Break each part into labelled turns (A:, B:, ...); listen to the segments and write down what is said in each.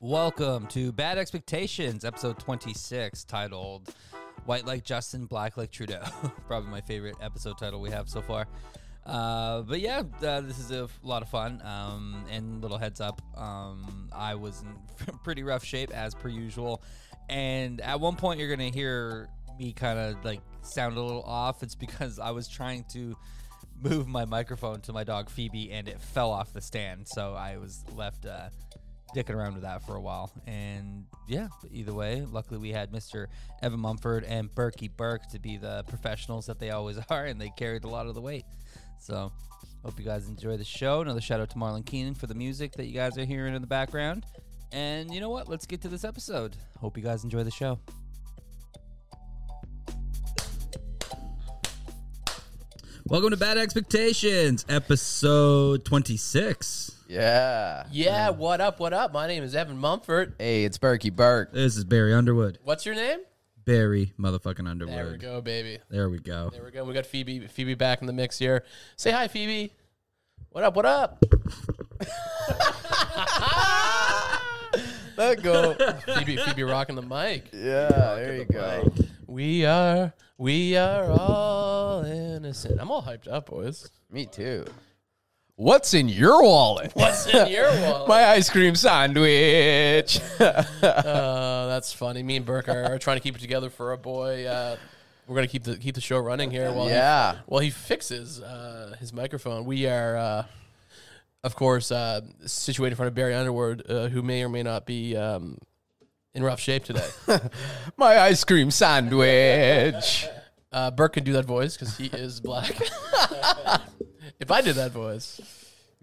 A: Welcome to Bad Expectations, episode 26, titled White Like Justin, Black Like Trudeau. Probably my favorite episode title we have so far. Uh, but yeah, uh, this is a f- lot of fun. Um, and little heads up, um, I was in pretty rough shape as per usual. And at one point, you're going to hear me kind of like sound a little off. It's because I was trying to move my microphone to my dog Phoebe and it fell off the stand. So I was left. Uh, dicking around with that for a while. And yeah, but either way, luckily we had Mr. Evan Mumford and Berkey Burke to be the professionals that they always are, and they carried a lot of the weight. So hope you guys enjoy the show. Another shout out to Marlon Keenan for the music that you guys are hearing in the background. And you know what? Let's get to this episode. Hope you guys enjoy the show. Welcome to Bad Expectations, episode 26.
B: Yeah.
C: Yeah, what up, what up? My name is Evan Mumford.
B: Hey, it's Berkey Burke.
A: This is Barry Underwood.
C: What's your name?
A: Barry motherfucking Underwood.
C: There we go, baby.
A: There we go.
C: There we go. We got Phoebe Phoebe back in the mix here. Say hi, Phoebe. What up, what up?
B: Let go.
C: Phoebe Phoebe rocking the mic.
B: yeah, there you go.
C: We are we are all innocent. I'm all hyped up, boys.
B: Me too. What's in your wallet?
C: What's in your wallet?
B: My ice cream sandwich.
C: Uh, that's funny. Me and Burke are, are trying to keep it together for a boy. Uh, we're gonna keep the keep the show running here while he-
B: yeah.
C: Well, he fixes uh, his microphone. We are, uh, of course, uh, situated in front of Barry Underwood, uh, who may or may not be um, in rough shape today.
B: My ice cream sandwich.
C: uh, Burke can do that voice because he is black. if I did that voice,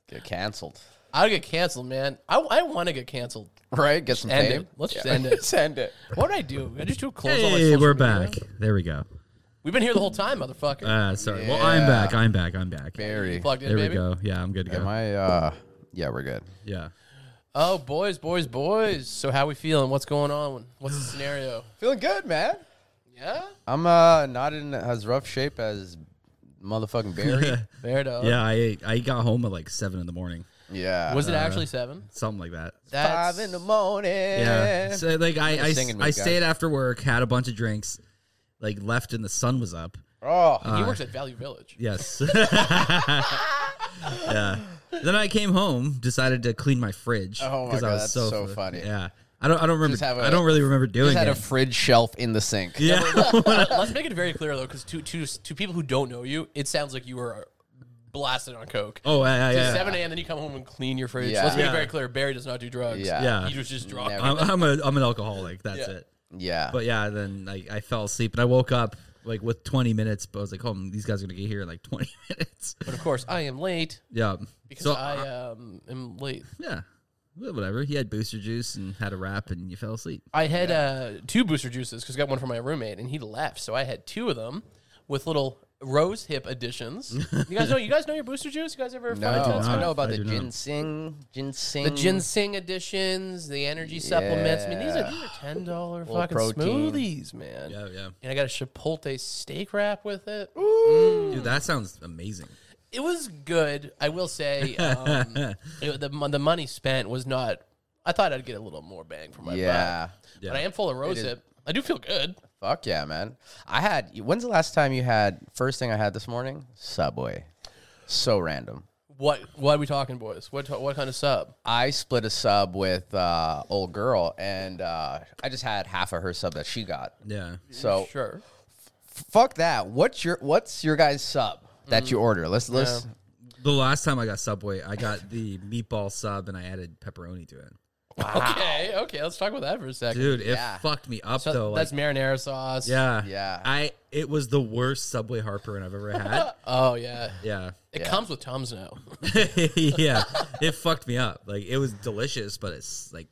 B: get canceled.
C: I'd get canceled, man. I, I want to get canceled.
B: Right? Get some
C: End
B: fame.
C: it. Let's just end it.
B: Send it.
C: What did I do? I just do close all my
D: Hey,
C: social
D: we're
C: media?
D: back. There we go.
C: We've been here the whole time, motherfucker.
D: Uh, sorry. Well, I'm back. I'm back. I'm back. There
B: Barry.
C: Plugged in,
D: we
C: baby.
D: go. Yeah, I'm good to
B: Am
D: go.
B: I, uh, yeah, we're good.
D: Yeah.
C: Oh, boys, boys, boys. So, how we feeling? What's going on? What's the scenario?
B: Feeling good, man.
C: Yeah,
B: I'm, uh, not in as rough shape as motherfucking Barry.
C: fair enough.
D: Yeah, I I got home at like seven in the morning,
B: yeah.
C: Was
D: Uh,
C: it actually seven?
D: something like that.
B: five in the morning?
D: Yeah. So like I I,
B: singing
D: I
B: mood, guys.
D: stayed after work, had a bunch of drinks, like left and the sun was up.
B: Oh,
C: He works at Value Village.
D: Yes. yeah. Then I came home, decided to clean my fridge
B: Oh
D: I
B: my God,
D: was
B: that's
D: so,
B: so
D: fu-
B: funny.
D: Yeah. I don't I don't remember
B: Just have a-
D: I don't really remember doing
B: just had
D: it.
B: a fridge shelf in the sink.
D: yeah.
C: Let's make it very clear though, because to, to to people who don't know you, it sounds like you were blasted on coke.
D: oh, yeah,
C: It's
D: yeah. yeah.
C: Seven a.m. Then you come home and clean your fridge.
B: Yeah.
C: Let's make
D: Yeah.
C: it very clear. Barry does not do drugs.
B: Yeah.
D: Yeah.
C: he was just drunk.
B: Never.
D: I'm, I'm a I'm an alcoholic. That's
C: Yeah.
D: it.
B: Yeah.
D: But yeah, then I, I fell asleep and I woke up like with 20 minutes, but I was like, oh, these guys are gonna get here in like 20 minutes.
C: But of course, I am late
D: yeah.
C: because
D: So uh,
C: I um, am late.
D: yeah, Well, whatever. He had booster juice and had a wrap, and you fell asleep.
C: I had uh, two booster juices because I got one for my roommate and he left, so I had two of them with little rose hip additions. you guys know, you guys know your booster juice. You guys ever?
B: No,
C: find
B: I,
C: those?
D: not.
B: know about
D: I
B: the
D: do not.
B: ginseng, ginseng,
D: Mm.
C: The ginseng additions, the energy supplements. I mean, these are these are ten dollar fucking
B: protein.
C: smoothies, man.
D: Yeah, yeah.
C: And I got a chipotle steak wrap with it.
D: Dude, that sounds amazing.
C: It was good, I will say. Um, it- the mon- the money spent was not. I thought I'd get a little more bang for my buck,
B: Yeah.
C: but I am full of rose
B: is-
C: hip. I do feel good.
B: Fuck yeah, man. I had. When's the last time you had? First thing I had this morning, Subway. So random.
C: What what are we talking, boys? What ta- what kind of sub?
B: I split a sub with uh, old girl, and uh, I just had half of her sub that she got.
D: Yeah.
B: So
C: Sure.
B: fuck that. What's your What's your guys sub that you order? Let's let's.
D: The last time I got Subway, I got the meatball sub and I added pepperoni to it.
C: Okay, okay. Let's talk about that for a second.
D: Dude, it
B: Yeah.
D: fucked me up
C: So
D: though. Like,
C: that's marinara sauce.
D: yeah,
B: Yeah.
D: I it was the worst Subway Harper I've ever had.
C: Oh yeah.
D: yeah,
C: It comes with tums now.
D: yeah, it fucked me up. Like it was delicious, but it's like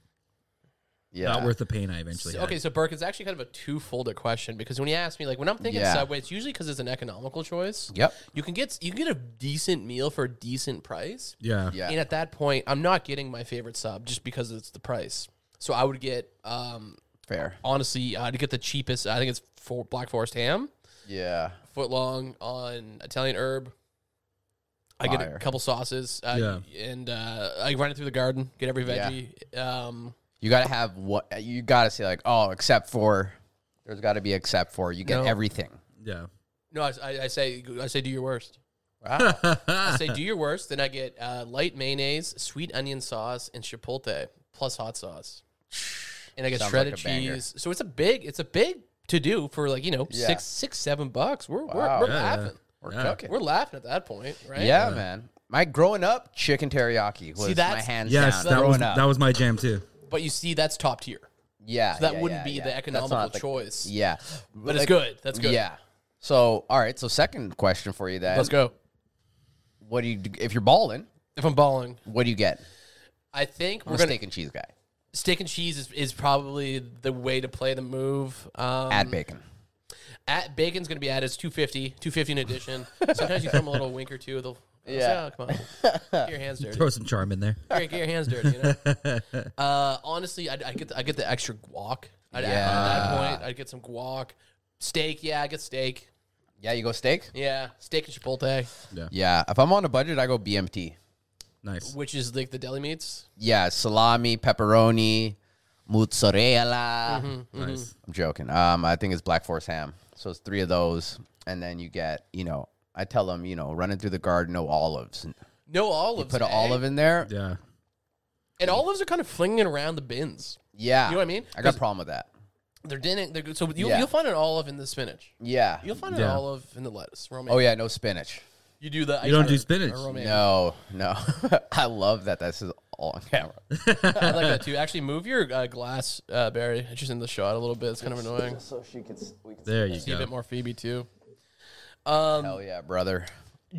B: Yeah.
D: not worth the pain I eventually
C: So-
D: had.
C: okay, so Burke, it's actually kind of a two-folded question because when you ask me, like when I'm thinking
B: Yeah.
C: Subway, it's usually because it's an economical choice.
B: Yep.
C: You can get you can get a decent meal for a decent price.
D: Yeah.
B: Yeah.
C: And at that point, I'm not getting my favorite sub just because it's the price. So I would get, um,
B: Fair.
C: honestly, I'd get the cheapest. I think it's for Black Forest ham,
B: Yeah.
C: foot long on Italian herb. I get
B: Fire.
C: a couple sauces, uh, and uh, I run it through the garden, get every
B: Yeah.
C: veggie. Um,
B: You gotta have what you gotta say like, oh, except for there's gotta be except for you get
C: No.
B: everything.
D: Yeah.
C: No, I, I, I say I say do your worst.
B: Wow.
C: I say do your worst. Then I get uh, light mayonnaise, sweet onion sauce, and chipotle plus hot sauce, and I get
B: Sounds
C: shredded
B: like a banger.
C: cheese. So it's a big it's a big to do for like you know
B: Yeah.
C: six six seven bucks. We're
B: Wow.
C: we're, we're
D: Yeah, yeah.
C: laughing.
B: We're
D: Yeah.
B: cooking.
C: We're laughing at that point, right?
B: yeah, man. My growing up, chicken teriyaki was my
C: that's-
B: hands
D: Yes,
B: down.
D: that
B: growing
D: was
B: up.
D: that was my jam too.
C: But you see, that's top tier.
B: yeah.
C: that
B: yeah,
C: wouldn't
B: yeah,
C: be
B: yeah.
C: the
B: That's
C: economical
B: not the-
C: choice.
B: Yeah.
C: But it's good. That's good.
B: Yeah. So all right. So second question for you then.
C: Let's go.
B: What do you do, if you're balling?
C: If I'm balling,
B: What do you get?
C: I think
B: I'm
C: we're
B: a
C: gonna
B: steak and cheese guy.
C: steak and cheese is, is probably the way to play the move. Um,
B: Add bacon.
C: at bacon's going to be at is 250, 250 in addition. Sometimes you throw them a little wink or two. They'll
B: Yeah.
C: yeah, come on, get your hands dirty.
D: Throw some charm in there.
C: Get, get your hands dirty. You know? uh, honestly, I, I get the, I get the extra guac. I'd, At that
B: Yeah.
C: point, I'd get some guac, steak. Yeah, I get steak.
B: Yeah, you go steak.
C: Yeah, steak and chipotle,
B: Yeah. If I'm on a budget, I go BMT.
D: Nice.
C: which is like the deli meats.
B: Yeah, salami, pepperoni, mozzarella.
C: Mm-hmm.
D: Nice.
B: I'm joking. Um, I think it's Black Forest ham. So it's three of those, and then you get, you know, I tell them, you know, running through the garden, no olives.
C: No olives.
B: Put
C: eh?
B: an olive in there. Yeah.
D: Yeah.
C: and olives are kind of flinging around the bins. You know what I mean?
B: I got a problem with that.
C: They're dinning. They're, good. so you,
B: Yeah.
C: you'll find an olive in the spinach.
B: Yeah.
C: You'll find an
D: Yeah.
C: olive in the lettuce. Romaine.
B: Oh yeah, no spinach.
C: You do the.
D: You don't
C: iceberg
D: do spinach.
C: or romaine.
B: No, no. I love that. This is all on camera.
C: I like that too. Actually, move your uh, glass, uh, Barry. It's just in the shot a little bit. It's kind of annoying.
B: So she can. We can
D: There you
C: See a bit
D: go.
C: more Phoebe too. Um,
B: Hell yeah, brother.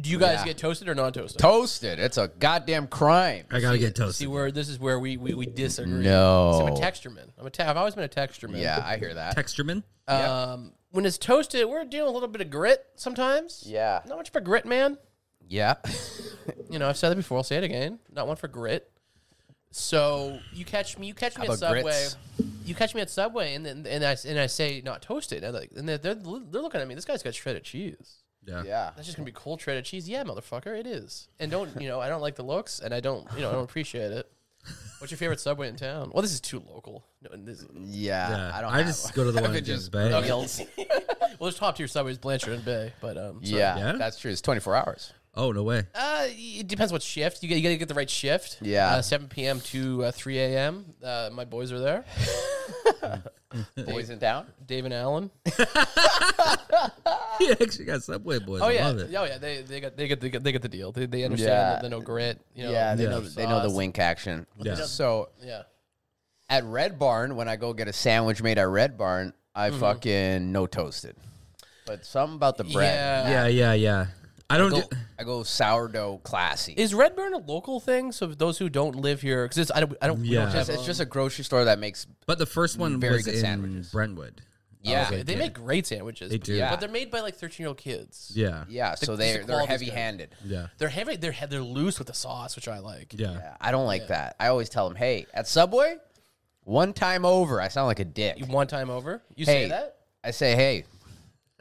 C: do you guys
B: Yeah.
C: get toasted or non-toasted?
B: Toasted. It's a goddamn crime.
D: I gotta get
C: See
D: toasted.
C: where this is where we we, we disagree.
B: No.
C: See, I'm a texture man. I'm a ta- I've always been a texture man.
B: Yeah, I hear that.
D: Texturman.
C: Um, when it's toasted, we're doing a little bit of grit sometimes.
B: Yeah.
C: Not much for grit, man.
B: Yeah.
C: You know, I've said that before. I'll say it again. Not one for grit. So you catch me, you catch me
B: How about
C: at Subway.
B: grits?
C: You catch me at Subway, and then and I and I say not toasted, and, like, and they're, they're they're looking at me. This guy's got shredded cheese.
D: Yeah.
B: Yeah.
C: That's just gonna be cold shredded cheese. Yeah, motherfucker, it is. And don't you know? I don't like the looks, and I don't you know I don't appreciate it. What's your favorite Subway in town? Well, this is too local. No, and this,
B: Yeah.
D: Yeah.
B: I
D: I,
B: don't. have
D: just go to the one in James Bay.
C: well, there's top tier Subways, Blanchard and Bay, but um, so-
B: Yeah,
D: Yeah?
B: that's true. It's 24 hours.
D: Oh no way.
C: Uh, it depends what shift you got. You got to get the right shift.
B: Yeah.
C: uh, seven p.m. to uh, three a.m. Uh, my boys are there,
B: Boys in town.
C: Dave and Alan.
D: He actually got Subway boys.
C: Oh
D: I
C: yeah,
D: love it.
C: oh yeah. They they got they get they get, they get the deal. They, they understand
B: Yeah.
C: the, the no grit. You know,
B: Yeah, they
D: Yeah.
B: know they know the
C: sauce.
B: wink action.
D: Yeah.
B: So
C: Yeah,
B: at Red Barn, when I go get a sandwich made at Red Barn, I
C: Mm-hmm.
B: fucking no toasted. But something about the bread.
C: Yeah.
D: Yeah. Yeah. Yeah. I don't.
B: I
D: Do,
B: go, I go sourdough classy.
C: is Redburn a local thing? So those who don't live here, because I don't I don't, we
D: Yeah.
C: don't have
B: It's, it's just a grocery store that makes. uh,
D: but the first one
B: Very
D: was
B: good
D: in
B: sandwiches.
D: Brentwood.
B: Oh, Yeah,
C: Okay, they make great sandwiches.
D: They do.
B: Yeah.
C: but they're made by like thirteen-year-old kids.
D: Yeah.
B: yeah. So
C: The- just
B: they're
C: the
B: they're
C: quality's good.
B: heavy handed.
D: Yeah.
C: they're heavy. They're he- they're loose with the sauce, which I like.
D: Yeah.
B: I don't like that. I always tell them, hey, at Subway, one time over. I sound like a dick.
C: You One time over, you
B: hey,
C: say that
B: I say, hey,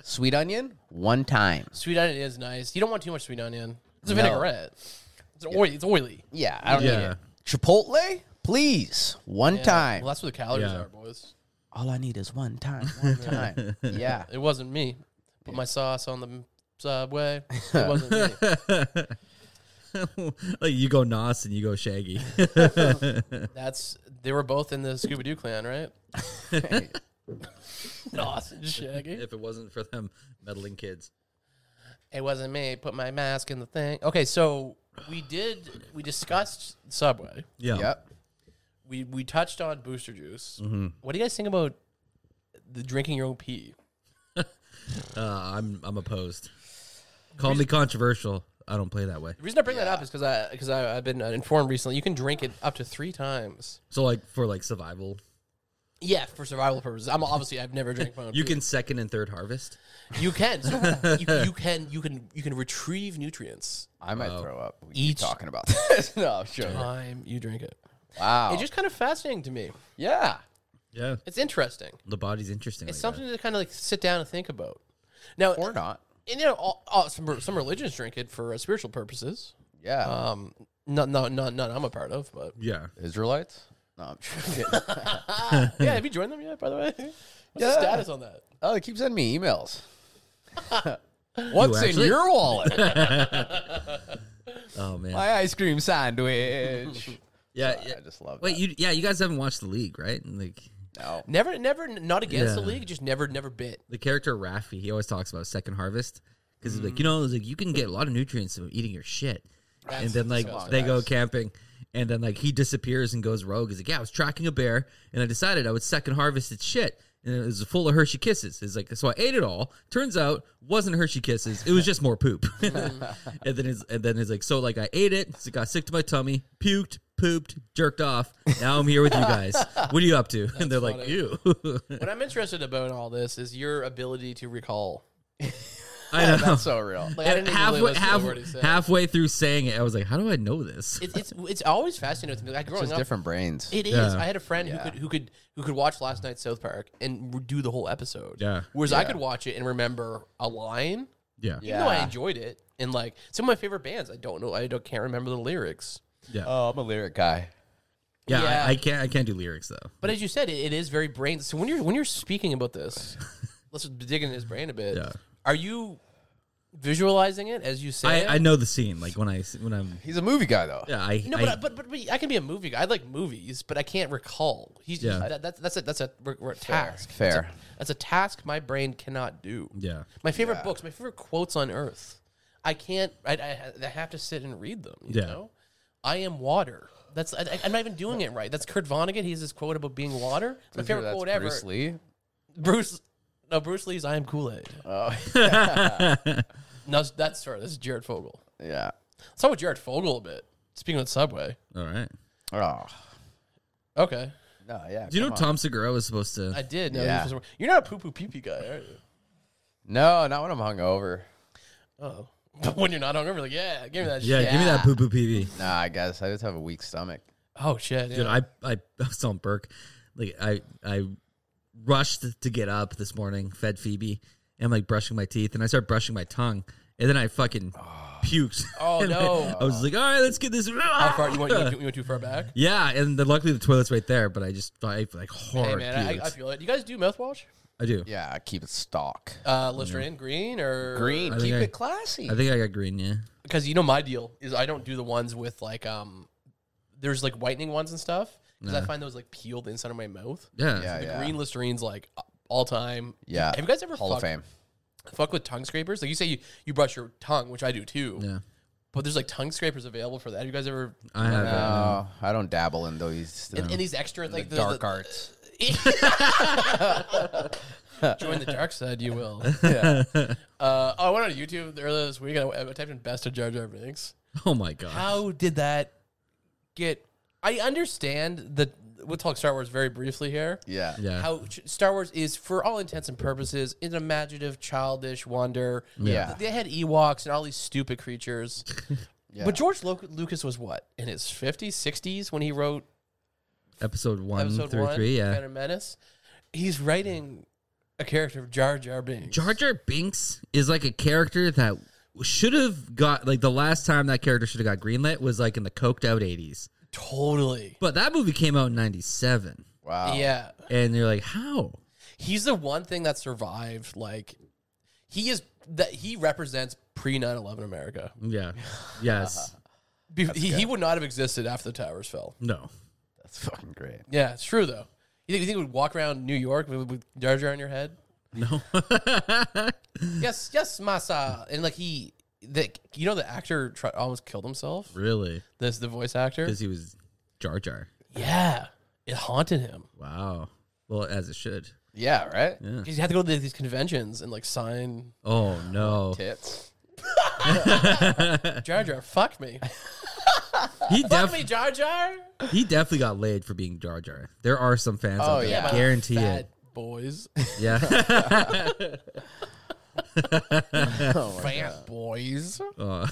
B: sweet onion, one time.
C: sweet onion is nice. You don't want too much sweet onion. It's a
B: No.
C: vinaigrette. It's oily. It's oily.
B: Yeah, I don't need
D: Yeah.
B: it. Chipotle, please, one
C: Yeah.
B: time.
C: Well, that's where the calories
D: Yeah.
C: are, boys.
B: All I need is one time. One time. yeah.
C: It wasn't me. Put my sauce on the m- subway. It wasn't me.
D: like you go Nos and you go Shaggy.
C: That's they were both in the Scooby Doo clan, right? Awesome, Shaggy.
D: if it wasn't for them meddling kids.
C: It wasn't me. Put my mask in the thing. Okay, so we did. We discussed Subway.
D: Yeah.
B: Yep.
C: We we touched on Booster Juice.
D: Mm-hmm.
C: What do you guys think about the drinking your own pee?
D: Uh, I'm I'm opposed. Call me controversial. I don't play that way.
C: The reason I bring that up is because I because I've been uh, informed recently you can drink it up to three times.
D: So like for like survival,
C: Yeah, for survival purposes. I'm obviously I've never drank my own.
D: you
C: pee.
D: can second and third harvest.
C: You can. So you, you can. You can. You can retrieve nutrients.
B: I might throw up. We
C: Each-
B: keep talking about this. no, I'm joking.
C: Time you drink it.
B: Wow.
C: It's just kind of fascinating to me.
B: yeah.
D: Yeah,
C: It's interesting.
D: the body's interesting.
C: It's
D: like
C: something to kind of like sit down and think about. Now,
B: Or not.
C: and you know, all, all, some some religions drink it for uh, spiritual purposes.
B: Yeah.
C: Um, not not not none I'm a part of, but
D: That. Yeah,
B: Israelites? No, I'm kidding.
C: yeah, have you joined them yet? By the way, what's
B: Yeah.
C: the status on that?
B: oh, they keep sending me emails. What's in
D: actually-
B: your wallet?
D: Oh man.
B: My ice cream sandwich.
D: yeah, Uh, yeah.
B: I just love
D: Wait,
B: that.
D: you yeah, you guys haven't watched the league, right? And, Like
B: No.
C: Never, never, not against the
D: Yeah.
C: league. Just never, never bit.
D: the character Rafi, he always talks about second harvest because he's like, you know, he's like you can get a lot of nutrients from eating your shit, and then like
C: disgusting.
D: they go camping, and then like he disappears and goes rogue. He's like, yeah, I was tracking a bear, and I decided I would second harvest its shit. And it was full of Hershey Kisses. It's like so I ate it all. Turns out wasn't Hershey Kisses. It was just more poop. and then it's and then it's like so like I ate it. So it got sick to my tummy. Puked, pooped, jerked off. Now I'm here with you guys. What are you up to? and they're like, ew.
C: What I'm interested about in all this is your ability to recall.
D: I know.
B: That's so real.
C: Like, I didn't even
D: halfway,
C: really listen to
D: half-
C: a word he said.
D: halfway through saying it, I was like, "How do I know this?"
C: It, it's it's always fascinating to me. Like growing
B: Just
C: up,
B: different brains.
C: it is.
D: Yeah.
C: I had a friend who could who could who could watch last night's South Park and re- do the whole episode.
D: Yeah.
C: Whereas I could watch it and remember a line,
D: yeah,
C: even though I
B: Yeah.
C: enjoyed it. And like some of my favorite bands, I don't know, I don't can't remember the lyrics.
B: oh, I'm a lyric guy.
D: yeah.
C: Uh, Yeah.
D: I, I can't, I can't do lyrics though.
C: But as you said, it, it is very brain. So when you're when you're speaking about this, let's dig into his brain a bit.
D: Yeah.
C: Are you visualizing it as you say?
D: I,
C: it?
D: I know the scene, like when I, when I'm,
B: He's a movie guy though.
D: yeah, I,
C: No,
D: I-
C: but, I, but, but but I can be a movie guy. I like movies, but I can't recall. He's
D: Yeah.
C: that, that's that's a that's a re- re- task.
B: fair.
C: That's a, that's a task my brain cannot do.
D: yeah,
C: My favorite books, my favorite quotes on earth, I can't. I, I, I have to sit and read them. You
D: Yeah.
C: know, I am water. That's I, I- I'm not even doing it right. That's Kurt Vonnegut. He has this quote about being water. My
B: Isn't
C: favorite
B: that
C: quote ever.
B: Bruce Lee.
C: Bruce. No, Bruce Lee's "I am Kool Aid."
B: Oh,
C: No, that's- that's sorry. That's Jared Fogle.
B: yeah.
C: Let's talk about Jared Fogle a bit. Speaking of Subway,
D: all right.
B: Oh,
C: okay,
B: no, yeah.
D: Do you know
B: come on.
D: Tom Segura was supposed to?
C: I did. No,
B: Yeah.
C: you're not a poo poo pee pee guy, are you?
B: No, not when I'm hungover.
C: Oh. when you're not hungover, like, yeah, give me that
D: yeah,
C: shit.
D: give me that poo poo PV,
B: Nah, I guess I just have a weak stomach.
C: Oh, shit. Yeah.
D: dude. I, I, I was telling Burke, like I, I rushed to get up this morning, fed Phoebe, and I'm like brushing my teeth, and I start brushing my tongue, and then I fucking puked.
C: Oh,
D: And I-
C: no.
D: I, was like, all right, let's get this.
C: How far? You went, you, went too, you went too far back?
D: Yeah, and then luckily the toilet's right there, but I just I like hard.
C: Hey, man, I,
D: puked.
C: I feel it. You guys do mouthwash?
D: I do.
B: Yeah, I keep it stock.
C: Uh, Listerine, green or
B: Green, keep
D: I-
B: it classy.
D: I think I got green. Yeah.
C: Because you know my deal is I don't do the ones with like um, there's like whitening ones and stuff because I find those like peel the inside of my mouth.
D: Yeah.
B: yeah,
C: The
B: yeah,
C: green Listerine's like all time.
B: yeah.
C: Have you guys ever
B: Hall
C: fucked,
B: of Fame?
C: fuck with tongue scrapers? Like you say you, you brush your tongue, which I do too.
D: Yeah.
C: But there's like tongue scrapers available for that. Have you guys ever?
D: I have.
B: No,
D: Uh,
B: I don't dabble in those. uh,
C: And, and these extra like the,
B: dark
C: the-
B: arts.
C: Join the dark side, you will. Uh, oh, I went on YouTube earlier this week. and I, I typed in "best of Jar Jar Binks."
D: oh my god.
C: How did that get? I understand that. We'll talk Star Wars very briefly here.
B: Yeah.
D: Yeah.
C: How ch- Star Wars is, for all intents and purposes, an imaginative, childish wonder.
B: Yeah.
C: they had Ewoks and all these stupid creatures. But George Lo- Lucas was what in his 50s, 60s when he wrote
D: episode one
C: Episode
D: through
C: One,
D: Mm, three. Yeah.
C: Phantom Menace. He's writing a character of Jar Jar Binks.
D: Jar Jar Binks is like a character that should have got like the last time that character should have got greenlit was like in the coked out eighties.
C: Totally.
D: But that movie came out in ninety seven,
B: Wow.
C: Yeah.
D: and you're like, how?
C: He's the one thing that survived. Like, he is that he represents pre 9 11 America.
D: Yeah. Yes.
C: Be- he, he would not have existed after the towers fell.
D: no.
B: That's fucking great.
C: Yeah, it's true, though. You think, you think he would walk around New York with, with Jar Jar on your head?
D: No.
C: Yes, yes, Massa. And, like, he, the, you know, the actor tri- almost killed himself?
D: really?
C: This, the voice actor?
D: Because he was Jar Jar.
C: Yeah. It haunted him.
D: Wow. Well, as it should.
B: Yeah. Right.
C: Because you had to go to these conventions and, like, sign
D: Oh no.
B: Tits.
C: Jar Jar, fuck me.
D: He
C: fuck
D: definitely
C: me, Jar Jar.
D: He definitely got laid for being Jar Jar. There are some fans
B: Oh,
D: out there.
B: yeah.
D: I Guarantee
C: Fat
D: it.
C: boys.
D: Yeah.
C: Fat boys.
D: uh,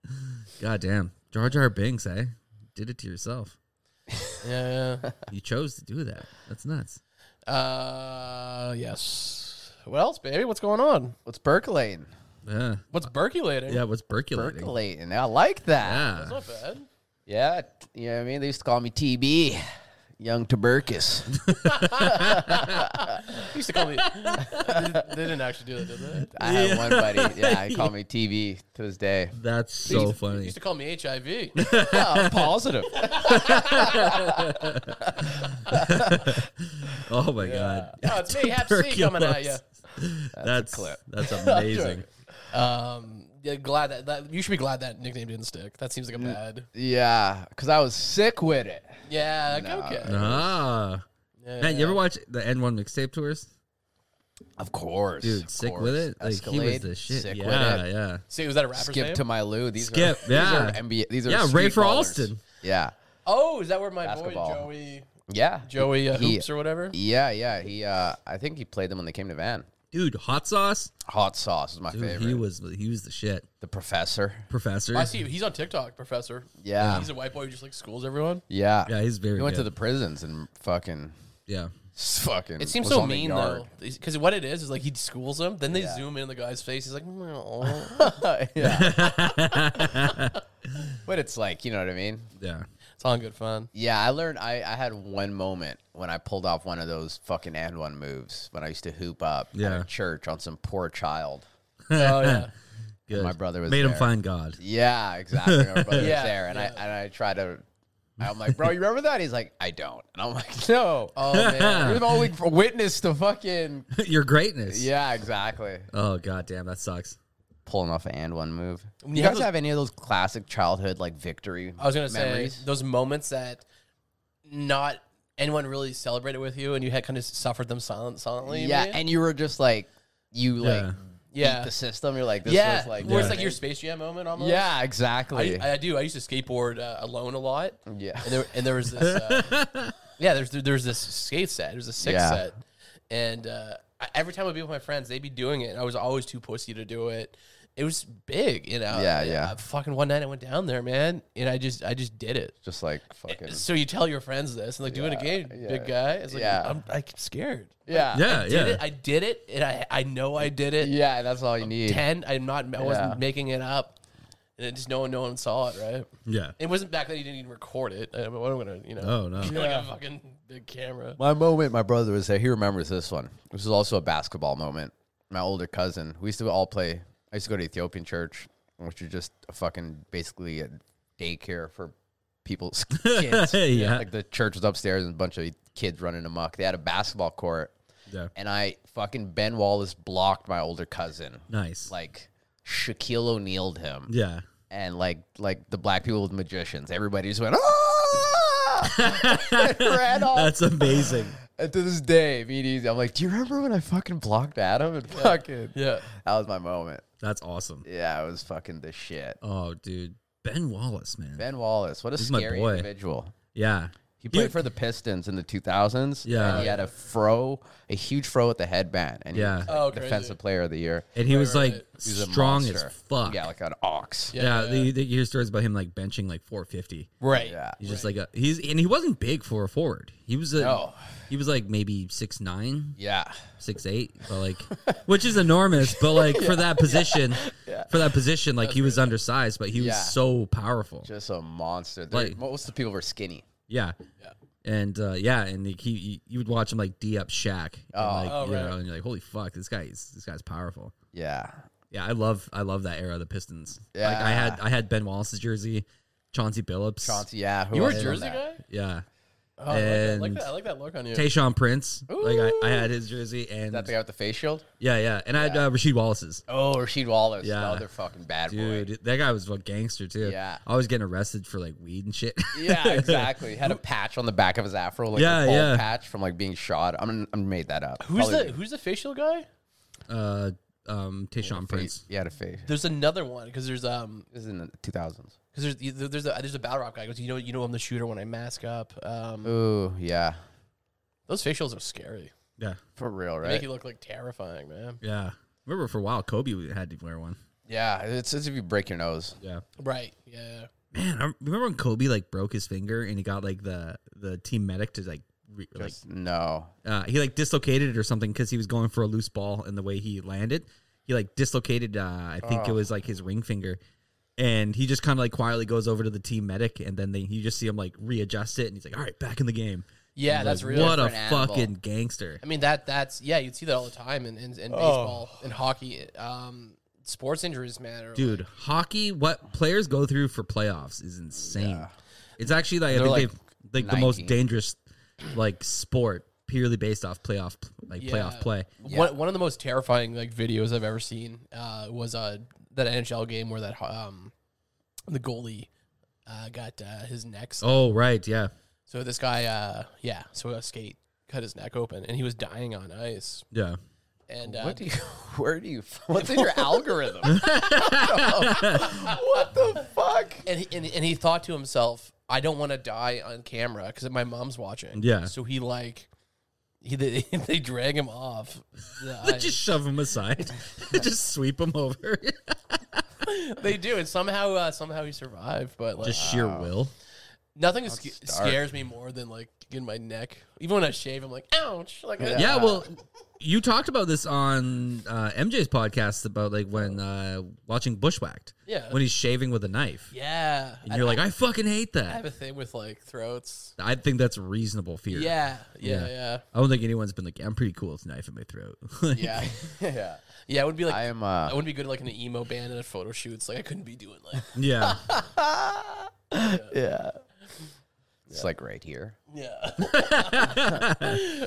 D: God damn. Jar Jar Binks, eh? Did it to yourself.
C: Yeah.
D: You chose to do that. That's nuts.
C: Uh, yes. What else, baby? What's going on?
B: What's percolating?
D: Yeah.
C: What's percolating?
D: Yeah, what's percolating?
B: Percolating. I like that.
D: Yeah.
C: Not bad.
B: Yeah. t- You know what I mean? They used to call me TB. young tubercus.
C: They used to call me. they didn't actually do that, did they?
B: I had one buddy. Yeah, he called me TV to this day.
D: That's so
C: They
D: funny.
C: used to call me HIV.
B: positive.
D: Oh my god.
C: Oh, it's me, Hep C coming at you.
D: Tuberculosis. That's that's amazing.
C: Um, yeah, glad that, that you should be glad that nickname didn't stick. That seems like a bad.
B: Yeah, because I was sick with it.
C: Yeah, like, okay.
D: ah.
C: Yeah,
D: Man, you ever watch the N1 mixtape tours?
B: Of course,
D: Dude,
B: of
D: sick
B: course.
D: with it. Like he was
B: Escalade,
D: the shit.
B: Sick
D: yeah,
B: with it.
D: yeah.
C: See, was that a rapper's
B: Skip
C: name?
B: to my Lou. These
D: Skip,
B: Are,
D: yeah.
B: These are NBA. These are
D: Yeah,
B: street
D: Ray for
B: ballers.
D: Alston.
B: Yeah.
C: oh, is that where my
B: Basketball.
C: boy Joey
B: Yeah.
C: Joey uh,
B: He-
C: Hoops or whatever?
B: Yeah, yeah. He uh I think he played them when they came to Van.
D: Dude, hot sauce.
B: Hot sauce is my
D: Dude,
B: favorite.
D: he was he was the shit.
B: the professor.
D: Professor.
C: I see. He's on TikTok, Professor.
B: Yeah.
C: he's a white boy who just like schools everyone.
B: Yeah.
D: Yeah, he's very
B: He went to
D: good.
B: the prisons and fucking
D: Yeah.
B: fucking
C: It seems
B: was
C: so
B: on the
C: mean
B: yard.
C: though, because what it is is like he schools them, then they
B: Yeah.
C: zoom in on the guy's face. He's like, "Meow."
B: yeah. but it's like, you know what I mean?
D: Yeah.
C: it's all in good fun.
B: Yeah, I learned I, I had one moment when I pulled off one of those fucking and one moves when I used to hoop up at
D: Yeah.
B: a church on some poor child.
C: Oh yeah,
D: Good.
B: my brother was
D: Made him
B: there.
D: find God.
B: Yeah, exactly. And Our brother
C: Yeah,
B: was there, and I and I try to. I'm like, bro, you remember that? He's like, I don't. And I'm like, no.
C: oh man,
B: You're the only witness to fucking.
D: Your greatness.
B: Yeah, exactly.
D: Oh god damn, that sucks.
B: Pulling off an and one move. You,
C: You have
B: guys
C: those-
B: have any of those classic childhood like victory?
C: I was gonna
B: memories?
C: say those moments that not anyone really celebrated with you, and you had kind of suffered them silent, silently.
B: Yeah,
C: maybe?
B: and you were just like, you
D: Yeah.
B: like
C: yeah,
B: the system. You're like, this
C: yeah.
B: was like,
C: Where it's
B: yeah.
C: like your Space Jam moment almost.
B: Yeah,
C: I,
B: exactly.
C: I do. I used to skateboard uh, alone a lot.
B: yeah,
C: and there, and there was this uh, yeah there's there's this skate set there's a six
B: Yeah.
C: set and uh, I- every time i'd be with my friends they'd be doing it and i was always too pussy to do it it was big you know
B: Yeah,
C: And,
B: yeah.
C: uh, fucking one night i went down there man and i just i just did it
B: just like fucking.
C: so you tell your friends this and like do it again
B: yeah.
C: big guy it's like
B: Yeah.
C: i'm like scared
B: Yeah,
D: Yeah,
C: I did
D: yeah.
C: it i did it and i i know i did it
B: yeah. That's all you need.
C: 10 i'm not i wasn't
B: Yeah.
C: making it up and it just no one no one saw it right
D: yeah.
C: it wasn't back then you didn't even record it i mean, what am i gonna you know
D: Oh no.
C: like a fucking big camera.
B: My moment, my brother was there. He remembers this one. This is also a basketball moment. My older cousin, we used to all play. I used to go to Ethiopian church, which is just a fucking basically a daycare for people's kids.
D: Yeah.
B: Like the church was upstairs and a bunch of kids running amok. They had a basketball court,
D: Yeah.
B: and I fucking Ben Wallace blocked my older cousin.
D: Nice.
B: Like Shaquille O'Neal'd him
D: yeah.
B: and like like the black people with magicians, everybody just went ah, And ran off.
D: That's amazing.
B: And to this day, me and Easy, I'm like, do you remember when I fucking blocked Adam and fucking
C: Yeah.
B: that was my moment.
D: That's awesome.
B: Yeah, it was fucking the shit.
D: Oh, dude. Ben Wallace, man.
B: Ben Wallace, what a
D: my
B: scary
D: boy.
B: individual.
D: Yeah.
B: He played for the Pistons in the 2000s.
D: Yeah.
B: and he had a fro, a huge fro at the headband, and
D: Yeah.
B: he was like,
C: Oh, crazy.
B: defensive player of the year.
D: And he was like
B: He was a
D: strong as
B: monster.
D: fuck.
B: Yeah, like an ox.
D: Yeah,
C: Yeah.
D: the, the, you hear stories about him like benching like 450.
C: Right.
B: Yeah.
D: He's just like a he's and he wasn't big for a forward. He was a
B: No.
D: he was like maybe six nine,
B: Yeah.
D: six eight, but like which is enormous. But like for that position, for that position, like he was undersized, but he
B: Yeah.
D: was so powerful.
B: Just a monster. They're-
D: Like-
B: most of the people were skinny.
D: yeah. And uh, yeah, and like, he, he you would watch him like D up Shaq. Oh, and, like,
C: Oh,
D: you
C: right.
D: know, and you're like, holy fuck, this guy is this guy's powerful.
B: Yeah.
D: Yeah, I love I love that era of the Pistons. Like I had I had Ben Wallace's jersey, Chauncey Billups.
B: Chauncey, yeah. Who
C: You were a
B: else was on
C: Jersey
B: that?
C: guy?
D: Yeah.
C: Oh, I
D: uh,
C: like
D: And-
C: that. I like that. I like that look on you.
D: Tayshawn Prince. Like I, I had his jersey and
B: That the guy with the face shield?
D: yeah, yeah. And I had uh, Rasheed Wallace's.
B: Oh, Rasheed Wallace.
D: Yeah.
B: Yeah. Other fucking bad
D: Dude,
B: boy.
D: that guy was a gangster too.
B: Yeah.
D: I was getting arrested for like weed and shit.
B: Yeah, exactly. Had a patch on the back of his afro, like
D: Yeah,
B: a bald
D: yeah.
B: patch from like being shot. I'm, I'm made that up.
C: Who's
B: Probably
C: the who's the facial guy?
D: uh um Tayshawn
B: fa-
D: Prince.
B: He had a face.
C: There's another one because there's um
B: This is in the 2000s.
C: because there's there's a there's a battle rap guy. He Goes, you know you know I'm the shooter when I mask up. Um,
B: Ooh, yeah.
C: those facials are scary.
D: Yeah.
B: For real,
C: They
B: right?
C: Make you look like terrifying, man.
D: Yeah. Remember for a while Kobe had to wear one.
B: Yeah, it's as if you break your nose.
D: Yeah.
C: Right. Yeah.
D: Man, I remember when Kobe like broke his finger and he got like the the team medic to like re- like
B: No.
D: uh, he like dislocated it or something because he was going for a loose ball and the way he landed, he like dislocated. Uh, I think it was like his ring finger, and he just kind of like quietly goes over to the team medic, and then they, you just see him like readjust it, and he's like, "All right, back in the game."
C: Yeah, that's
D: Like,
C: real.
D: What a
B: Different animal.
D: fucking gangster.
C: I mean that that's yeah, you'd see that all the time in, in, in baseball and hockey. Um, sports injuries, man. are-
D: Dude, hockey, what players go through for playoffs is insane. It's actually like I think
B: like
D: they've like the most
B: 19.
D: dangerous like sport purely based off playoff like
C: Yeah.
D: playoff play.
C: One, one of the most terrifying like videos I've ever seen uh, was uh, that NHL game where that ho- um, the goalie uh, got uh, his neck. s-
D: Oh right, yeah.
C: So this guy, uh, yeah, so a skate cut his neck open, and he was dying on ice.
D: Yeah.
C: And uh,
B: What do you? Where do you? What's in your algorithm? what the fuck?
C: and he, and, and he thought to himself, I don't want to die on camera because my mom's watching.
D: Yeah.
C: So he like, he they, they drag him off. the
D: They
C: ice.
D: just shove him aside. just sweep him over.
C: they do, and somehow uh, somehow he survived. But like,
D: just sheer will.
C: nothing sc-
B: dark.
C: scares me more than like getting my neck. Even when I shave, I'm like, ouch! Like, yeah.
D: Yeah, well, you talked about this on uh, MJ's podcast about like when uh, watching Bushwhacked.
C: Yeah.
D: When he's shaving with a knife. And
C: I,
D: you're like, I fucking hate
C: I have
D: that.
C: a thing with like throats.
D: I think that's reasonable fear.
C: Yeah, yeah,
D: Yeah.
C: yeah,
D: I don't think anyone's been like, I'm pretty cool with a knife in my throat. Like,
C: yeah,
B: Yeah,
C: yeah. It would be like
B: I
C: I,
B: am. Uh,
C: wouldn't be good like in an emo band and a photo shoots. Like I couldn't be doing like
D: yeah.
B: yeah. It's like right here.
C: Yeah.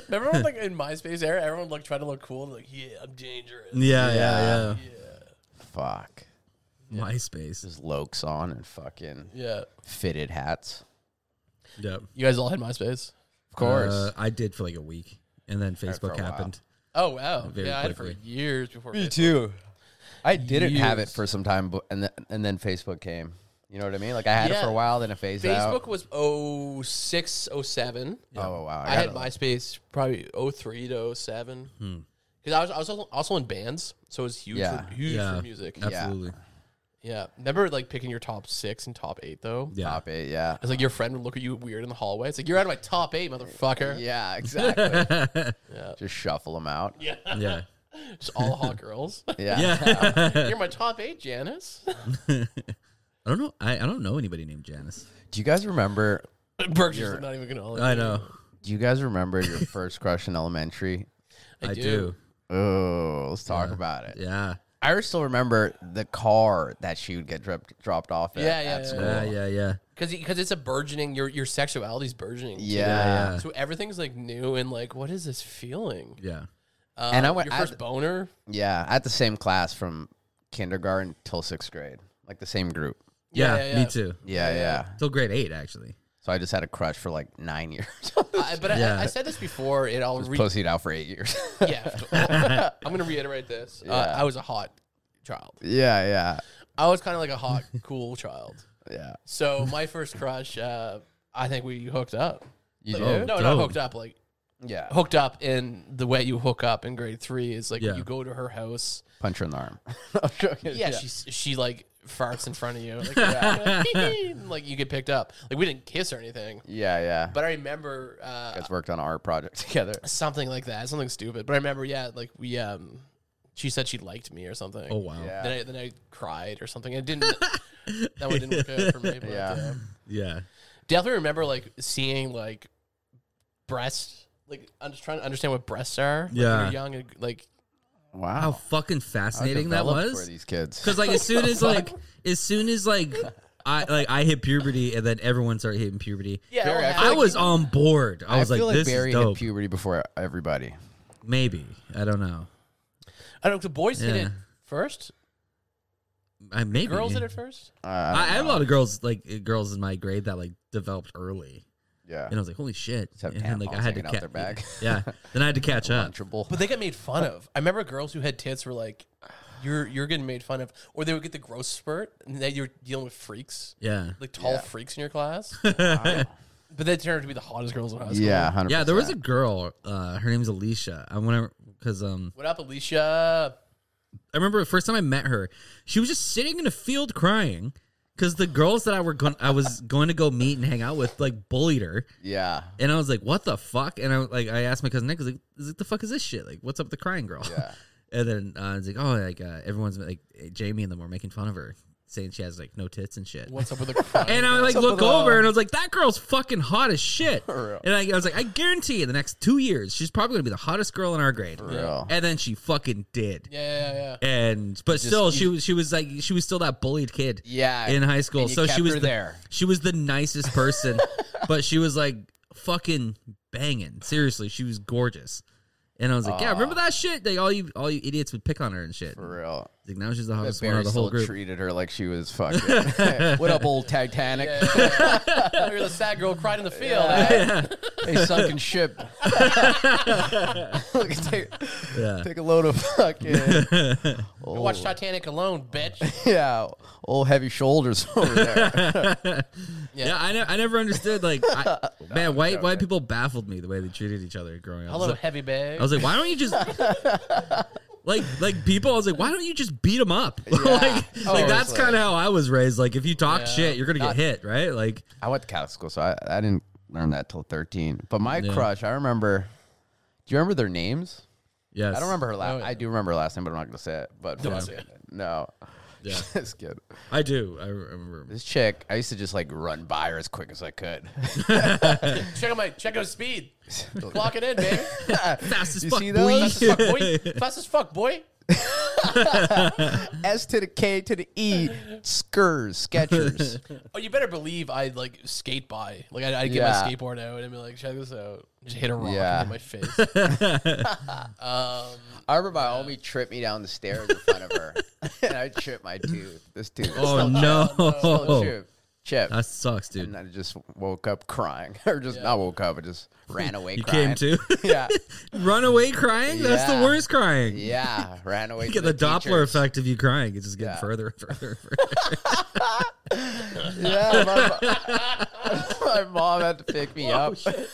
C: Remember when, like, in MySpace era, everyone like tried to look cool and like, yeah, I'm dangerous.
D: Yeah, yeah, yeah.
B: Fuck.
D: MySpace.
B: Just lokes on and fucking
C: Yeah.
B: fitted hats.
D: Yep.
C: You guys all had MySpace?
B: Of course.
D: Uh, I did for like a week, and then
B: for
D: Facebook
B: a while.
D: happened.
C: Oh wow.
D: Very
C: yeah, I had it for
D: quickly.
C: years before. Facebook.
B: too. I didn't have it
C: Years.
B: for some time, but, and then, and then Facebook came. You know what I mean? Like I had it
C: Yeah.
B: for a while, then it phased
C: Facebook
B: out.
C: was 06, 07.
B: Oh wow!
C: I
B: got
C: had
B: it.
C: MySpace probably 03 to 07.
D: Hmm.
C: Because I was, I was also, also in bands, so it was huge,
B: Yeah.
C: for, huge
D: Yeah.
C: for music.
D: Absolutely.
C: Yeah. Remember like picking your top six and top eight though?
D: Yeah.
B: top eight. Yeah,
C: It's like your friend would look at you weird in the hallway. It's like, you're out of my top eight, motherfucker.
B: yeah, exactly. Just shuffle them out. Yeah,
D: Yeah.
C: Just all hot girls.
D: Yeah.
C: You're my top eight, Janice.
D: I don't know. I, I don't know anybody named Janice.
B: Do you guys remember?
C: Berkshire's not even gonna.
D: I know.
B: Do you guys remember your first crush in elementary?
D: I, do.
C: do.
B: Oh, let's talk about it.
D: Yeah.
B: I still remember the car that she would get dropped dropped off at.
C: Yeah,
B: at
C: yeah, yeah.
B: school.
D: Yeah. Yeah. Yeah.
C: because because it's a burgeoning. Your your sexuality's burgeoning.
B: Yeah.
D: Yeah.
C: So everything's like new and like, what is this feeling?
D: Yeah.
C: Um,
B: And I went-
C: your
B: I-
C: first boner.
B: yeah. I had the same class from kindergarten till sixth grade, like the same group.
D: Yeah.
C: yeah, yeah.
D: Me too.
B: Yeah, yeah.
D: Till grade eight, actually.
B: So I just had a crush for like nine years.
C: I, but
D: Yeah.
C: I, I said this before. It all re-
B: Pussied out for eight years.
C: yeah. I'm gonna reiterate this. Uh, I was a hot child.
B: yeah, yeah,
C: I was kind of like a hot, cool child.
B: yeah.
C: So my first crush, uh, I think we hooked up.
B: You
C: No,
B: do?
C: no, not
D: Oh, dope.
C: hooked up. Like
B: Yeah.
C: hooked up in the way you hook up in grade three is like
D: Yeah.
C: you go to her house.
B: Punch her in the arm. I'm joking.
C: Yeah, she she like farts in front of you, like, yeah, and, like you get picked up. Like we didn't kiss or anything,
B: yeah, yeah.
C: but I remember uh,
B: Guys worked on an art project together.
C: something like that, something stupid. But I remember, yeah, like we um, she said she liked me or something.
D: Oh wow. Yeah.
B: Yeah.
C: Then I then I cried or something. It didn't. that one didn't work out for me. But,
B: Yeah.
C: uh, definitely remember like seeing like breasts. Like I'm just trying to understand what breasts are. Like, when
D: Yeah.
C: you're young and like
D: How
B: Wow.
D: fucking fascinating that
B: Developed
D: was.
B: for these kids.
D: Because like as soon as like as soon as like I like I hit puberty and then everyone started hitting puberty.
C: yeah,
B: Very-
C: I
B: I
C: don't
B: feel
D: I
C: have-
D: was on board. I
B: I
D: was
B: feel
D: like,
B: like,
D: "This
B: Barry
D: is
B: hit
D: dope."
B: puberty before everybody.
D: Maybe I don't know.
C: I don't. know, The boys did
D: Yeah.
C: it first.
D: I maybe
C: Girls did it first.
B: Uh, I
D: I, I
B: don't
D: had a
B: know.
D: lot of girls like uh, girls in my grade that like developed early,
B: yeah.
D: and I was like, "Holy shit!"
B: have
D: and then, like I
B: tampons
D: had to
B: hanging out
D: catch
B: their back.
D: Yeah, then I had to catch up.
B: Punchable.
C: But they got made fun of. I remember girls who had tits were like, "You're you're getting made fun of," or they would get the gross spurt, and that you're dealing with freaks,
D: Yeah,
C: like tall
B: Yeah. freaks
C: freaks in your class. But they turned out to be the hottest girls in high school.
B: yeah, 100%.
D: yeah. There was a girl. Uh, her name's Alicia. I want to because um
C: What up, Alicia?
D: I remember the first time I met her, she was just sitting in a field crying because the girls that I were going I was going to go meet and hang out with like bullied her.
B: Yeah.
D: And I was like, "What the fuck?" And I was like, I asked my cousin Nick, I was like, "Is it the fuck is this shit? Like, what's up with the crying girl?"
B: Yeah.
D: and then uh, it's like, "Oh, like uh, everyone's like Jamie and them were making fun of her saying she has like no tits and shit.
C: What's up with the?
D: And I like
C: What's up
D: look
C: with the-
B: um,
D: over and I was like, that girl's fucking hot as shit. And I, I was like, I guarantee you, the next two years, she's probably gonna be the hottest girl in our grade.
B: real.
D: And then she fucking did.
C: Yeah, yeah, yeah.
D: And but still, she was she was like she was still that bullied kid.
B: Yeah,
D: in high school,
B: and you
D: so
B: kept
D: she was
B: her
D: the-
B: there.
D: She was the nicest person, but she was like fucking banging. Seriously, she was gorgeous. And I was like, yeah, remember that shit? Like all you all you idiots would pick on her and shit.
B: For real.
D: Like now she's the hottest one
B: Barry
D: out of the whole
B: still
D: group.
B: treated her like she was fucking. what up, old Titanic?
C: Oh, you're the sad girl cried in the field. eh?
D: Yeah.
B: Hey, sunken ship. Look, take,
D: Yeah.
B: take a load of fucking.
C: You
B: Oh.
C: Watch Titanic alone, bitch.
B: Yeah, old heavy shoulders over there.
D: Yeah, I, ne- I never understood. Like, I, man, white white people baffled me the way they treated each other growing up. I was,
C: Hello,
D: like,
C: heavy bag.
D: I was like, why don't you just like like people? I was like, why don't you just beat them up? like, like that's
B: Seriously.
D: kind of how I was raised. Like, if you talk shit, you're gonna get
B: Not-
D: hit, right? Like,
B: I went to Catholic school, so I, I didn't learn that till 13. But my crush, I remember. Do you remember their names?
D: yes,
B: I don't remember her last. I do remember her last name, but I'm not gonna say it. But
D: Oh, Don't
B: fuck
D: say
B: it. no,
D: Yeah.
B: this kid,
D: I do. I remember.
B: this chick, I used to just like run by her as quick as I could.
C: check out my check out speed. Clock it in, baby.
D: Fast as
B: You
D: fuck,
B: see
D: boy.
B: those?
C: Fast as fuck, boy. Fast as fuck, boy.
B: S to the K to the E, Skurs, Sketchers.
C: Oh, you better believe I'd like skate by. Like I'd, I'd get
B: Yeah.
C: my skateboard out and I'd be like, check this out. Just hit a rock
B: Yeah.
C: in my face. um,
B: I remember my homie tripped me down the stairs in front of her, and I chipped my tooth. This tooth,
D: Oh
B: still
D: no,
B: chip, chip.
D: that sucks,
B: And
D: dude.
B: I just woke up crying, or just not woke up, I just ran away.
D: You
B: crying.
D: came to
B: yeah,
D: run away crying. That's the
B: Yeah.
D: worst crying.
B: yeah, ran away.
D: You
B: to
D: get the, Doppler
B: teachers.
D: effect of you crying. It's just getting
B: Yeah.
D: further and further and further.
B: Yeah, my, mo- my mom had to pick
D: Oh,
B: me up.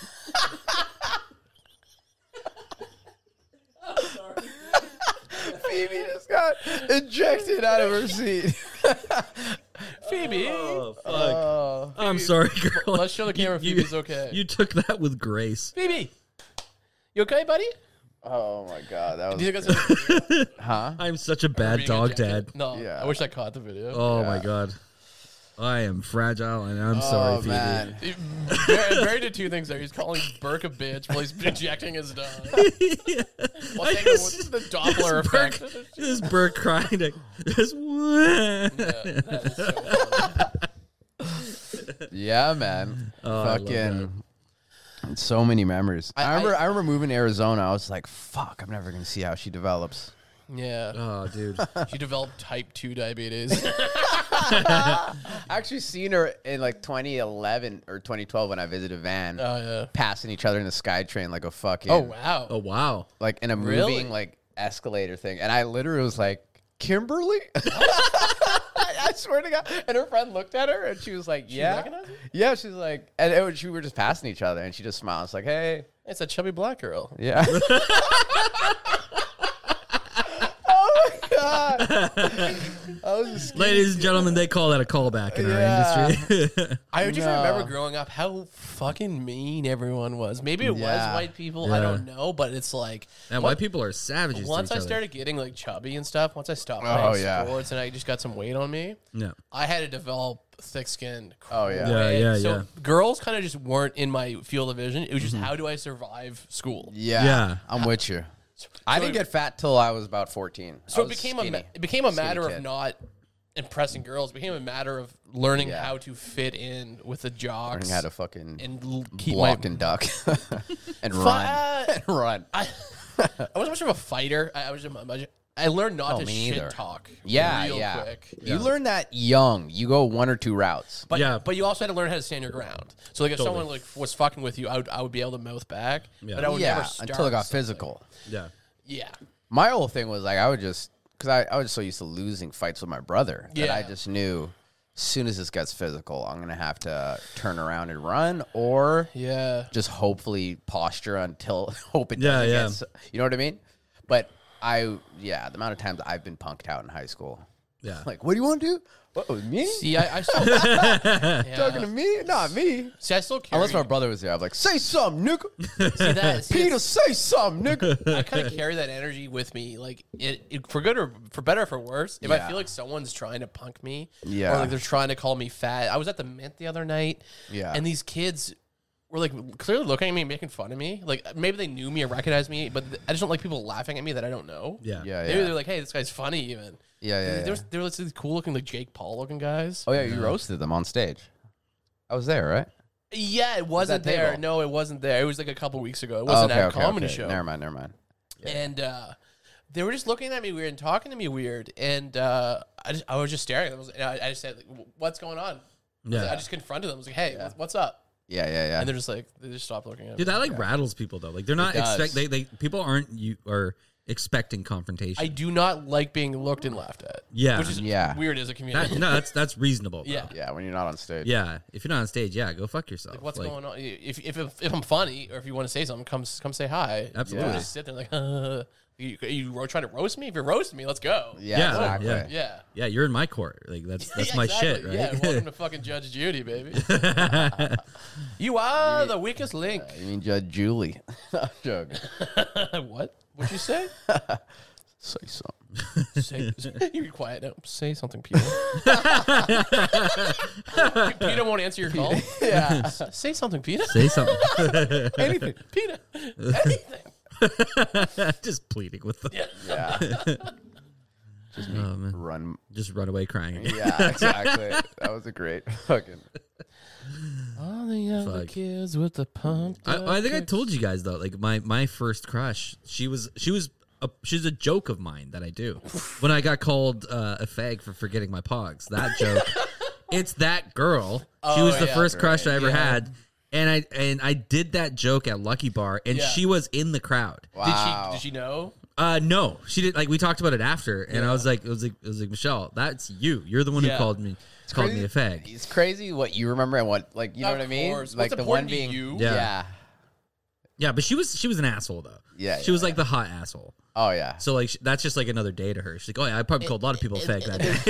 B: Phoebe just got ejected out of her seat.
C: Phoebe.
D: oh fuck!
B: Uh,
D: I'm sorry, girl.
C: Let's show the camera if
D: you-
C: Phoebe's okay.
D: You took that with grace.
C: Phoebe. You okay, buddy?
B: Oh my god, that
C: Do
B: was
C: you think that's
B: huh?
D: I'm such a bad
C: being
D: dog
C: ejected?
D: dad.
C: No.
B: Yeah.
C: I wish I caught the video.
D: Oh my god. I am fragile and I'm sorry,
B: oh
D: Phoebe.
B: man,
C: He- Barry, Barry did two things there. He's calling Burke a bitch while he's ejecting his dog. While
D: I
C: taking
D: just-
C: the Doppler
D: this
C: effect.
D: Burke- this bird crying like this.
C: That is so funny.
B: yeah, man,
C: Oh,
D: I love
B: fucking. So many memories. I,
C: I-
B: remember. I, remember moving to Arizona. I was like, "Fuck, I'm never gonna see how she develops."
C: Yeah.
D: Oh, dude.
C: She developed type 2 diabetes. Uh,
B: I actually seen her in like 2011 or 2012 when I visited Van,
C: Oh, yeah.
B: passing each other in the SkyTrain like a fucking.
C: Oh, wow.
D: Oh wow.
B: like in a moving
C: Really?
B: like escalator thing, and I literally was like, "Kimberly." I swear to God. And her friend looked at her and she was like, Yeah.
C: recognized you?
B: yeah, she's like, and it was, she, we were just passing each other and she just smiled. It's like, Hey,
C: It's a chubby black girl.
B: yeah. oh Oh my God. I was just
D: Ladies and gentlemen, they call that a callback in our
B: Yeah.
D: industry.
C: I just
B: No.
C: remember growing up how fucking mean everyone was. Maybe it
B: Yeah.
C: was white people. I
D: Yeah.
C: don't know, but it's like
D: and white people are savages. to
C: once
D: each
C: I
D: other.
C: started getting like chubby and stuff, once I stopped
B: Oh,
C: playing
B: yeah.
C: sports and I just got some weight on me,
D: No.
C: I had to develop thick skin.
B: Oh, yeah.
D: Yeah, yeah,
C: so
D: yeah. Mm-hmm.
C: girls kind of just weren't in my field of vision. It was just how do I survive school?
B: Yeah,
D: Yeah.
B: I'm with you. I didn't get fat till I was about 14.
C: So
B: I
C: it
B: was
C: became a ma-
B: skinny.
C: it became a
B: skinny
C: matter of
B: kid.
C: not impressing girls. It became a matter of learning
B: Yeah.
C: how to fit in with the jocks
B: I had to fucking
C: and l- keep
B: block
C: my
B: and duck and
C: Fu-
B: run.
C: uh,
B: run.
C: I I wasn't much of a fighter. I, I was just much, I learned not
B: Oh,
C: to
B: me
C: shit
B: either.
C: talk.
B: Yeah,
C: real
B: yeah.
C: Quick.
B: You learn that young. You go one or two routes.
C: But
D: Yeah.
C: but you also had to learn how to stand your ground. So like if someone like was fucking with you, I would I would be able to mouth back. But I would Oh, never
B: yeah,
C: start
B: until it got
C: something.
B: physical.
D: Yeah.
C: Yeah.
B: My whole thing was like I would just because I, I was so used to losing fights with my brother that I
C: Yeah.
B: just knew as soon as this gets physical, I'm gonna have to turn around and run or
C: Yeah.
B: just hopefully posture until hope it
D: Yeah,
B: doesn't
D: yeah.
B: get s- you know what I mean? But I yeah, the amount of times I've been punked out in high school.
D: Yeah.
B: Like, what do you want to do? What was me?
C: See, I, I still yeah.
B: Talking to me? Not me.
C: See, I still carry.
B: Unless my brother was there, I'm like, say something, nigga.
C: see that. See,
B: Peter, say something, nigga.
C: I kind of carry that energy with me, like it, it for good or for better or for worse. If I
B: Yeah.
C: feel like someone's trying to punk me,
B: Yeah.
C: or like they're trying to call me fat. I was at the Mint the other night,
B: Yeah.
C: and these kids were like clearly looking at me, and making fun of me. Like maybe they knew me or recognized me, but th- I just don't like people laughing at me that I don't know.
D: Yeah.
B: Yeah,
C: maybe
B: yeah.
C: they're like, "Hey, this guy's funny." Even
B: Yeah, yeah,
C: There
B: yeah.
C: was, there was these cool looking like Jake Paul looking guys.
B: Oh yeah, you roasted them on stage. I was there, right?
C: Yeah, it wasn't
B: that Oh,
C: there.
B: table?
C: No, it wasn't there. It was like a couple weeks ago. It wasn't at a comedy show.
B: Never mind, never mind.
C: and uh, they were just looking at me weird and talking to me weird, and uh, I, just, I was just staring at them. And I, I just said, like, "What's going on?"
D: Yeah.
C: I just confronted them. I was like, "Hey, what's- what's up?"
B: Yeah, yeah, yeah.
C: And they're just like, they just stopped looking at me.
D: Dude, that like rattles people though. Like they're not
B: does.
D: expect they, they people aren't you are expecting confrontation.
C: I do not like being looked and laughed at.
D: Yeah.
C: which is
B: Yeah.
C: weird as a
D: That-
C: community.
D: no, that's that's reasonable. though.
C: Yeah.
B: yeah, when you're not on stage.
D: Yeah. If you're not on stage, yeah, go fuck yourself.
C: What's
D: Like,
C: going on? If, if if if I'm funny or if you want to say something, come come say hi.
D: Absolutely.
C: Just sit there like, uh, you you ro- trying to roast me? If you're roasting me, let's go.
B: Yeah,
D: Yeah,
B: exactly.
D: yeah.
C: Yeah.
D: Yeah, you're in my court. Like that's that's
C: Yeah,
D: my
C: exactly.
D: shit,
C: Yeah,
D: right?
C: welcome to fucking Judge Judy, baby. you are the weakest link.
B: You mean Judge Julie? I'm joking.
C: what? What'd you say?
B: Say something.
C: say you be quiet now. Say something, Peter. Peter won't answer your call.
B: Yeah,
C: say something, Peter.
D: Say something.
B: anything.
C: Peter. Anything.
D: just pleading with them.
B: Yeah,
D: Oh, man.
B: run.
D: Just run away crying. again.
B: Yeah, exactly. that was a great fucking.
C: All the other
D: Fuck.
C: kids with the pump.
D: I, I think I told you guys though, like my my first crush, she was she was a, she's a joke of mine that I do. when I got called uh, a fag for forgetting my pogs, that joke. it's that girl. she was the
C: yeah,
D: first crush I ever had, and I and I did that joke at Lucky Bar, and
C: Yeah.
D: she was in the crowd.
B: Wow.
C: Did she? Did she know?
D: Uh, no, she did. Like we talked about it after, and I was like, it was like, it was like Michelle, that's you. You're the one
C: Yeah.
D: who called me called me a
B: crazy-
D: fag.
B: It's crazy what you remember and what, like, you know
C: Of
B: what I mean?
C: course.
B: Like
C: What's
B: the one
C: important to
B: being
C: you?
B: Yeah.
D: Yeah. Yeah, but she was she was an asshole though.
B: Yeah,
D: she
B: yeah,
D: was like the hot asshole.
B: Oh yeah.
D: So like sh- that's just like another day to her. She's like, oh yeah, I probably called a lot of people fag that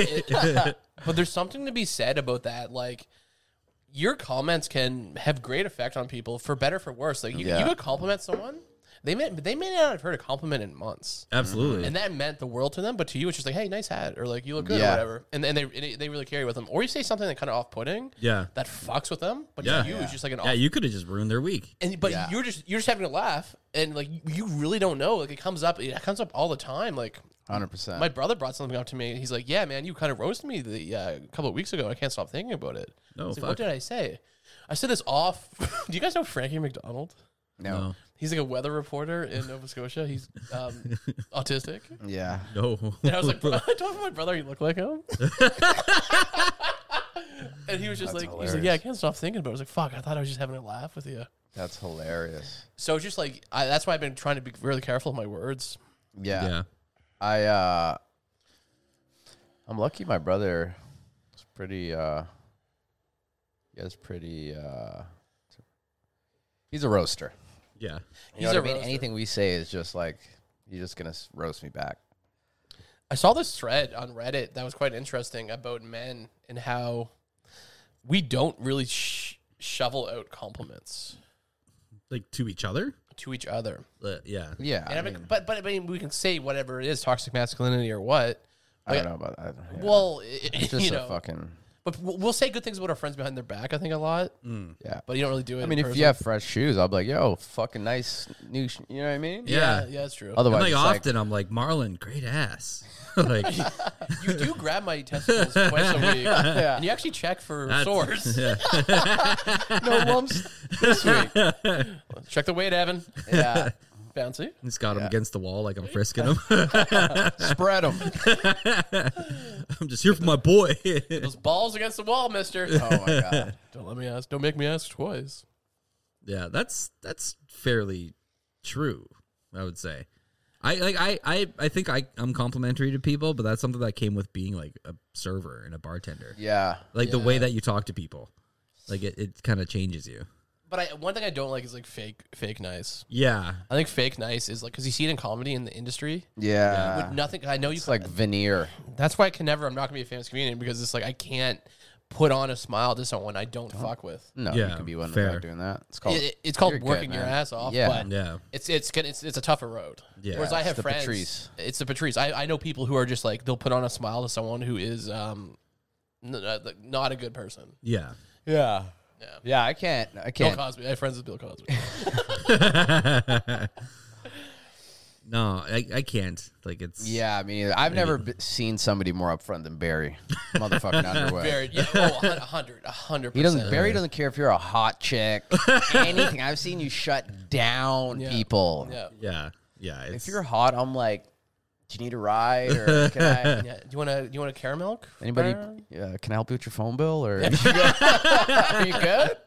D: day.
C: but there's something to be said about that. Like your comments can have great effect on people for better for worse. Like you,
B: Yeah.
C: you could compliment someone. They may they may not have heard a compliment in months.
D: Absolutely.
C: And that meant the world to them, but to you, it's just like, "Hey, nice hat," or like, "You look good," or
B: Yeah.
C: whatever. And and they and it- they really carry with them. Or you say something that kind of off-putting,
D: Yeah.
C: that fucks with them. But
D: Yeah.
C: to you, it's just like an
D: yeah,
C: off.
D: you could have just ruined their week.
C: and but
B: Yeah.
C: you're just you're just having a laugh, and like you really don't know. Like it comes up, it comes up all the time. Like
B: Hundred percent.
C: my brother brought something up to me. He's like, "Yeah, man, you kind of roasted me the uh, a couple of weeks ago. I can't stop thinking about it."
D: No,
C: I was like,
D: fuck.
C: what did I say? I said this off. Do you guys know Frankie McDonald?
B: No.
C: He's like a weather reporter in Nova Scotia. He's um, autistic.
B: Yeah.
D: No.
C: And I was like, bro, I told my brother you look like him. and he was just like, he's like, yeah, I can't stop thinking about it. I was like, fuck, I thought I was just having a laugh with you.
B: That's hilarious.
C: So it's just like, I, that's why I've been trying to be really careful of my words.
B: Yeah.
D: Yeah.
B: I uh I'm lucky my brother is pretty uh he has pretty uh he's a roaster.
D: Yeah.
B: You know
C: He's
B: what
C: a
B: I mean?
C: roaster.
B: Anything we say is just like you're just gonna s- roast me back.
C: I saw this thread on Reddit that was quite interesting about men and how we don't really sh- shovel out compliments
D: Like to each other.
C: to each other.
D: Uh, yeah.
B: Yeah.
C: And I
B: I,
C: mean, but but I mean, we can say whatever it is, toxic masculinity or what.
B: I don't know about that. Yeah.
C: Well, it,
B: it's just
C: you
B: a
C: know,
B: fucking
C: but we'll we'll say good things about our friends behind their back. I think a lot,
B: yeah.
C: but you don't really do it.
B: Mm. I mean, if you have fresh shoes, I'll be like, "Yo, fucking nice new." Sh-, you know what I mean?
D: Yeah.
C: yeah, yeah, that's true.
D: And,
B: Otherwise,
D: like
B: it's
D: often I'm like, Marlon, great ass. like
C: you do grab my testicles twice a week, and you actually check for sores.
B: like, no lumps.
C: Check the weight, Evan.
B: yeah,
C: Bouncy.
D: it's got him against the wall like I'm frisking him.
B: spread them.
D: I'm just here for my boy.
C: Those balls against the wall, Mister.
B: Oh my god.
C: Don't let me ask. Don't make me ask twice.
D: yeah, that's that's fairly true, I would say. I like I I, I think I, I'm complimentary to people, but that's something that came with being like a server and a bartender.
B: Yeah.
D: Like the way that you talk to people. Like it, it kind of changes you.
C: But I, one thing I don't like is like fake, fake nice.
D: Yeah.
C: I think fake nice is like because you see it in comedy in the industry.
B: Yeah.
C: with nothing, I know
B: Ah.
C: you.
B: it's
C: Can,
B: like veneer.
C: that's why I can never. I'm not gonna be a famous comedian because it's like I can't put on a smile to someone I don't, fuck with.
B: No, you
D: Yeah,
B: can be one
D: fair.
B: without doing that. It's called.
C: It- it- it's called
B: Oh, You're good,
C: working your
B: man.
C: ass off.
B: Yeah.
C: but
D: Yeah.
C: It's it's gonna- it's it's a tougher road.
D: Yeah,
C: Whereas I
B: it's
C: have
B: the
C: friends.
B: Patrice.
C: It's the Patrice. I, I know people who are just like they'll put on a smile to someone who is um n- uh, like, not a good person.
D: Yeah.
B: yeah.
C: Yeah.
B: Yeah, I can't. I
C: Bill
B: can't.
C: Cosby. I have friends with Bill Cosby.
D: no, I, I can't. Like it's
B: Yeah, I mean, I've never be- seen somebody more upfront than Barry, motherfucking Underwood.
C: Very yeah, oh, a hun- a hundred, a hundred
B: He doesn't.
C: percent.
B: Barry doesn't care if you're a hot chick, anything. I've seen you shut down
C: Yeah.
B: people.
C: Yeah.
D: yeah, yeah. It's,
B: If you're hot, I'm like, do you need a ride or can I?
C: Yeah. Do you want to? Do you want a caramel? milk?
B: Anybody?
C: Brian?
B: Uh, can I help you with your phone bill or? Are you good?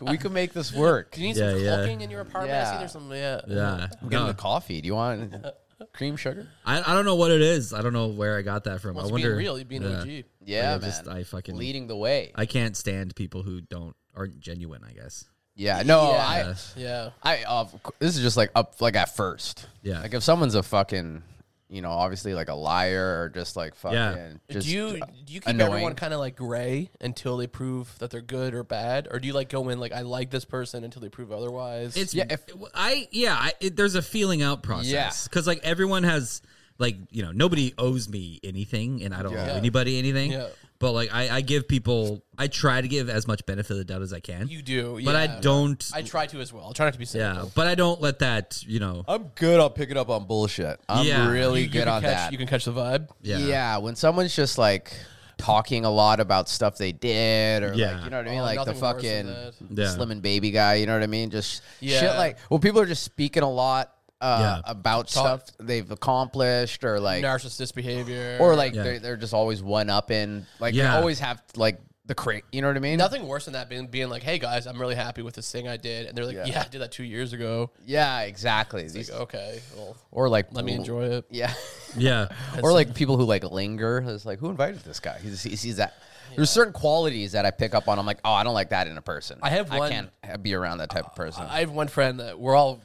B: We can make this work.
C: Do you need
D: Yeah,
C: some
D: yeah.
C: caulking in your apartment? I see
B: Yeah.
C: there's some. Yeah.
D: yeah.
B: I'm
D: No,
B: getting a coffee. Do you want cream sugar?
D: I, I don't know what it is. I don't know where I got that from.
C: Once
D: I wonder.
C: being real, you being
D: yeah.
C: OG.
B: Yeah,
D: I
B: man.
D: just- I fucking-
B: leading the way.
D: I can't stand people who don't aren't genuine. I guess.
B: yeah, no,
C: Yeah. Yeah.
B: I, I, uh, of cou- this is just like up, like at first.
D: Yeah.
B: like if someone's a fucking, you know, obviously like a liar or just like fucking,
D: Yeah.
B: just
C: do you do you keep everyone
B: annoying.
C: kind of like gray until they prove that they're good or bad, or do you like go in like I like this person until they prove otherwise?
D: It's
B: Yeah,
D: yeah.
B: if-
D: I yeah. I, it, there's a feeling out process.
B: Yeah.
D: Because like everyone has like you know nobody owes me anything, and I don't
B: Yeah.
D: owe anybody anything.
C: Yeah.
D: But like I, I give people. I try to give as much benefit of the doubt as I can.
C: you do,
D: but
C: yeah.
D: I don't.
C: I try to as well. I try not to be cynical.
D: yeah. But I don't let that. You know.
B: I'm good. I'll pick it up on bullshit. I'm
D: Yeah.
B: really
C: You
B: good
C: can
B: on
C: catch,
B: that.
C: You can catch the vibe.
B: yeah.
D: Yeah.
B: when someone's just like talking a lot about stuff they did, or like
D: Yeah.
B: you know what I mean,
C: Oh,
B: like the
C: nothing worse than
B: fucking
D: that. Yeah.
B: slim and baby guy. You know what I mean? Just shit
C: Yeah.
B: like well, people are just speaking a lot uh,
D: Yeah.
B: about
C: Talk.
B: stuff they've accomplished, or like
C: Narcissist behavior,
B: or like
D: Yeah.
B: they're, they're just always one up in like
D: Yeah.
B: they always have like the crate you know what i mean
C: nothing worse than that being being like, "Hey guys, I'm really happy with this thing I did," and they're like,
B: Yeah.
C: "Yeah, I did that two years ago."
B: yeah exactly
C: It's
B: These-
C: like, okay, well,
B: or like
C: let me enjoy it.
B: yeah
D: Yeah.
B: or like people who like linger it's like who invited this guy he, he sees that there's certain qualities that i pick up on i'm like oh i don't like that in a person
C: I have one- Uh,
B: i can't uh, be around that type of person
C: I have one friend that we're all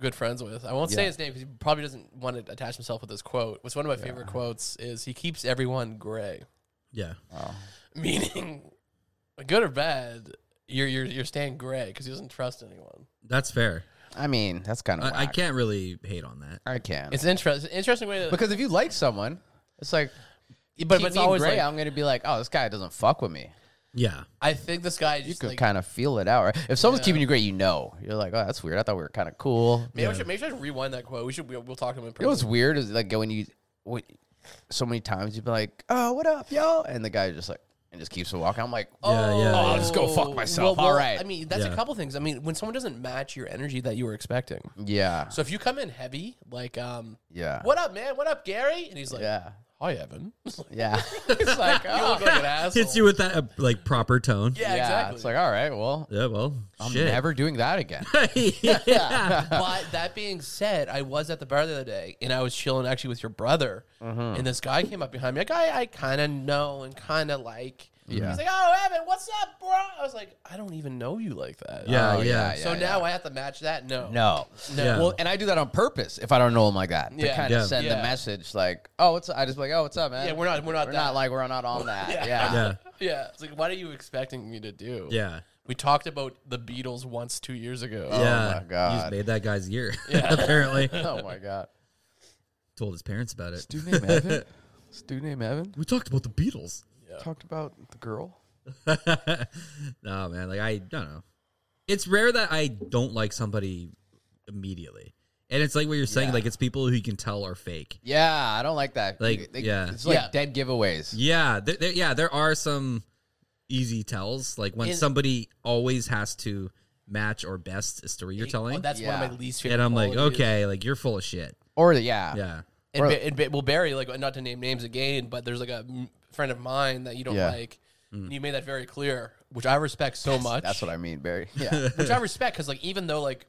C: good friends with. I won't say his name because he probably doesn't want to attach himself with this quote. What's one of my favorite quotes is he keeps everyone gray,
D: Yeah.
C: meaning good or bad, you're you're you're staying gray because he doesn't trust anyone.
D: That's fair.
B: i mean that's kind of
D: I, I can't really hate on that.
B: i can
C: It's an interesting interesting way to
B: because if you like someone it's like
C: but,
B: keep
C: but it's
B: me in
C: always
B: gray,
C: like,
B: i'm gonna be like oh this guy doesn't fuck with me
D: Yeah.
C: I think this guy
B: you
C: just
B: could
C: like
B: kind of feel it out right? if someone's keeping you gray you know you're like oh that's weird i thought we were kind of cool
C: maybe we should maybe we should rewind that quote. We should we'll, we'll talk to him in
B: You know what's
C: person.
B: weird is like when you, when, so many times you've been like, "Oh, what up, yo?" and the guy just like and just keeps walking. I'm like, "Oh,
D: Yeah, yeah,
B: I'll
D: yeah.
B: just go fuck
C: Oh,
B: myself."
C: well,
B: All
C: well,
B: right,
C: I mean, that's a
D: Yeah.
C: couple things. I mean, when someone doesn't match your energy that you were expecting.
B: yeah,
C: So if you come in heavy, like um,
B: yeah,
C: what up, man? What up, Gary? And he's like,
B: yeah,
C: Hi, Evan. it's
B: yeah,
C: like, oh, you look like an asshole.
D: Hits you with that uh, like proper tone.
C: yeah,
B: yeah.
C: exactly.
B: It's like, all right, well,
D: Yeah, well,
B: I'm
D: shit.
B: never doing that again.
D: yeah.
C: but that being said, I was at the bar the other day and I was chilling actually with your brother,
B: Mm-hmm.
C: and this guy came up behind me, a guy I kind of know and kind of like.
B: Yeah.
C: He's like, oh, Evan, what's up, bro? I was like, I don't even know you like that.
D: Yeah,
B: Oh,
D: yeah.
C: So
B: yeah,
C: now I have to match that? No.
B: no,
C: No.
D: Yeah.
B: Well, and I do that on purpose if I don't know him like that to
C: Yeah.
B: kind of
D: Yeah.
B: send the
C: Yeah.
B: message like, "Oh, what's?" Up? I just be like, "Oh, what's up, man?"
C: Yeah, we're not- we're not
B: we're
C: that.
B: not like we're not on that. yeah.
D: Yeah.
C: Yeah. It's like, what are you expecting me to do?
D: Yeah.
C: We talked about the Beatles once two years ago.
D: yeah.
B: Oh my
D: You
B: God.
D: just made that guy's year. apparently.
B: Oh my god.
D: Told his parents about it.
B: Dude name Evan. This dude named Evan
D: We talked about the Beatles.
B: talked about the girl.
D: no, man. Like, I don't know. It's rare that I don't like somebody immediately. And it's like what you're saying,
B: Yeah.
D: like, it's people who you can tell are fake.
B: Yeah, I don't like that.
D: Like,
B: You- they-
D: yeah.
B: it's like
C: Yeah.
B: dead giveaways.
D: Yeah. There, there, yeah. There are some easy tells. Like, when
C: Is-
D: somebody always has to match or best a story you're telling.
C: Oh, that's one
B: Yeah.
C: of my least favorite.
D: and I'm like,
C: qualities.
D: okay, like, you're full of shit.
B: Or the, yeah,
D: Yeah.
C: And,
B: Or-
C: ba- and ba- well, Barry, like not to name names again, but there's like a m- friend of mine that you don't
B: Yeah.
C: like.
D: Mm.
C: And you made that very clear, which I respect so much.
B: that's what I mean, Barry. Yeah,
C: which I respect because like even though like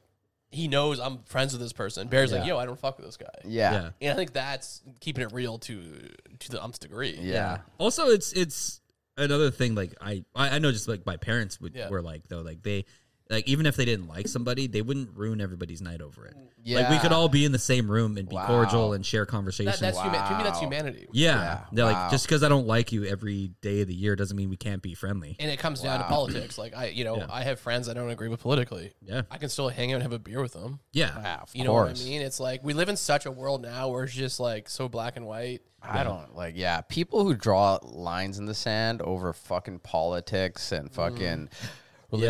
C: he knows I'm friends with this person, Barry's like, yo, I don't fuck with this guy.
B: yeah,
D: Yeah.
C: And I think that's keeping it real to to the ump's degree.
B: Yeah.
D: Also, it's it's another thing. Like I I I know, just like my parents would
C: Yeah.
D: were like though, like they Like even if they didn't like somebody, they wouldn't ruin everybody's night over it. Like we could
B: Yeah.
D: all be in the same room and be
B: Wow.
D: cordial and share conversations.
C: That, that's huma- to me, that's
B: Wow.
C: humanity.
D: yeah.
B: Yeah,
D: They're
B: wow.
D: like just because I don't like you every day of the year doesn't mean we can't be friendly.
C: And it comes down to politics. Like I, you know,
D: Yeah.
C: I have friends I don't agree with politically.
D: Yeah.
C: I can still hang out and have a beer with them.
D: Yeah.
B: of
C: You know what I mean? It's like we live in such a world now where it's just like so black and white.
B: I don't like, yeah, people who draw lines in the sand over fucking politics
C: Mm.
B: and fucking. religion.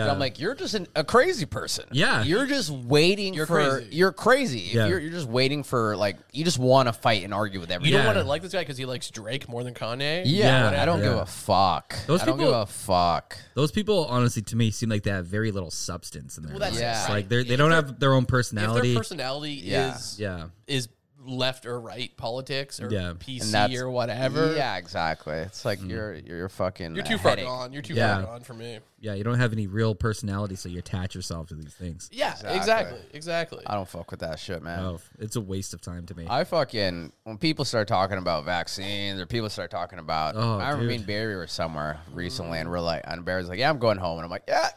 D: Yeah.
B: I'm like, you're just an, a crazy person.
D: Yeah.
B: you're just waiting
C: You're
B: for.
C: crazy.
B: You're crazy. If
D: Yeah.
B: You're, you're just waiting for like you just want to fight and argue with
C: You
B: everyone.
D: Yeah.
C: don't want to like this guy because he likes Drake more than Kanye.
D: Yeah,
B: I don't give
D: yeah.
B: a fuck.
D: Those
B: I don't
D: people-
B: give a fuck.
D: Those people honestly to me seem like they have very little substance in their
C: that's
D: lives.
B: it, right?
D: Like they're, they don't have their own
C: If their
D: personality.
C: personality
B: Yeah.
C: is
D: yeah.
C: is left or right politics or
D: Yeah.
B: And
C: PC
B: that's-
C: or whatever.
B: Yeah, exactly. It's like
D: Mm.
B: you're you're fucking.
C: You're
B: a
C: too far
B: headache.
C: gone. You're too
D: Yeah.
C: far gone for me.
D: Yeah, you don't have any real personality, so you attach yourself to these things.
C: Yeah,
B: Exactly.
C: exactly. Exactly.
B: I don't fuck with that shit, man.
D: Oh, it's a waste of time to me.
B: I fucking when people start talking about vaccines or people start talking about
D: Oh,
B: I remember
D: dude.
B: being Barry or somewhere recently and we're like and Barry's like, Yeah, I'm going home and I'm like, Yeah,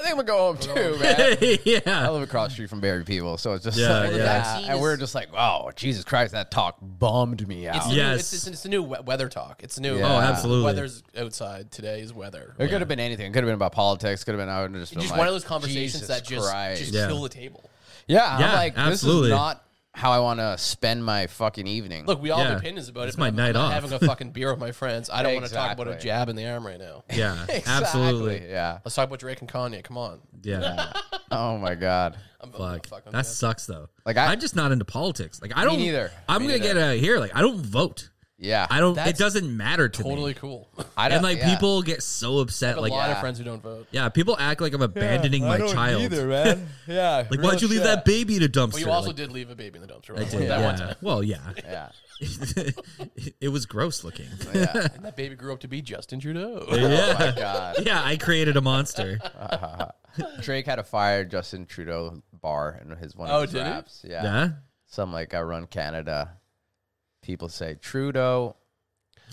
B: I think I'm gonna go home too, man. I
D: yeah.
B: live across the street from Barry people, so it's just
D: Yeah,
B: like,
D: yeah.
B: yeah.
C: Vaccine
B: and we're
C: is-
B: just like, wow, Jesus Christ, that talk bummed me out.
C: It's the new-
D: Yes.
C: it's, it's, it's the new we- weather talk. It's the new.
B: Yeah. Oh,
D: absolutely.
C: Weather's outside today is weather.
B: it could have been anything. It could have been about politics. Could have been. I would have just been
C: just
B: like,
C: one of those conversations
B: Jesus
C: that just
B: Christ.
C: just
D: Yeah.
C: kill the table.
B: yeah. I'm
D: Yeah,
B: like,
D: absolutely.
B: this is not how I want to spend my fucking evening.
C: Look, we all
D: Yeah.
C: have opinions about
D: It's
C: it.
D: my
C: but I'm- I'm
D: night
C: not
D: off.
C: Having a fucking beer with my friends. I don't want to talk about a
B: Exactly.
C: jab in the arm right now.
D: Yeah.
B: Exactly,
D: Absolutely.
B: yeah.
C: Let's talk about Drake and Kanye. Come on.
D: Yeah.
B: Oh my god.
C: I'm, I'm
D: Fuck.
C: not fucking
D: That
C: with
D: sucks though. Like
B: Like, I-
D: I, am just not into politics. Like I don't
B: neither.
D: I'm
B: Me
D: gonna
B: neither.
D: get out of here. Like I don't vote.
B: Yeah.
D: I don't
B: That's
D: it doesn't matter to
C: that. Totally
D: me.
C: cool.
B: I
D: And like
B: yeah.
D: people get so upset.
C: a
D: Like
C: lot
B: yeah.
C: of friends who don't vote.
D: yeah, people act like I'm abandoning my child.
B: man. Yeah.
D: Like why'd you leave that baby in a dumpster?
C: But you also
D: Like,
C: did leave a baby in the dumpster.
D: I
C: Right?
D: did,
C: That
D: yeah.
C: one time.
D: Well, yeah.
B: Yeah.
D: it was gross looking.
B: Yeah.
C: And that baby grew up to be Justin Trudeau.
D: yeah.
B: Oh, God.
D: Yeah, I created a monster.
B: Drake had a fire Justin Trudeau bar in his one of
C: Oh,
B: his
C: did he?
B: raps. Yeah.
D: Yeah.
B: Some like I run Canada. People say Trudeau.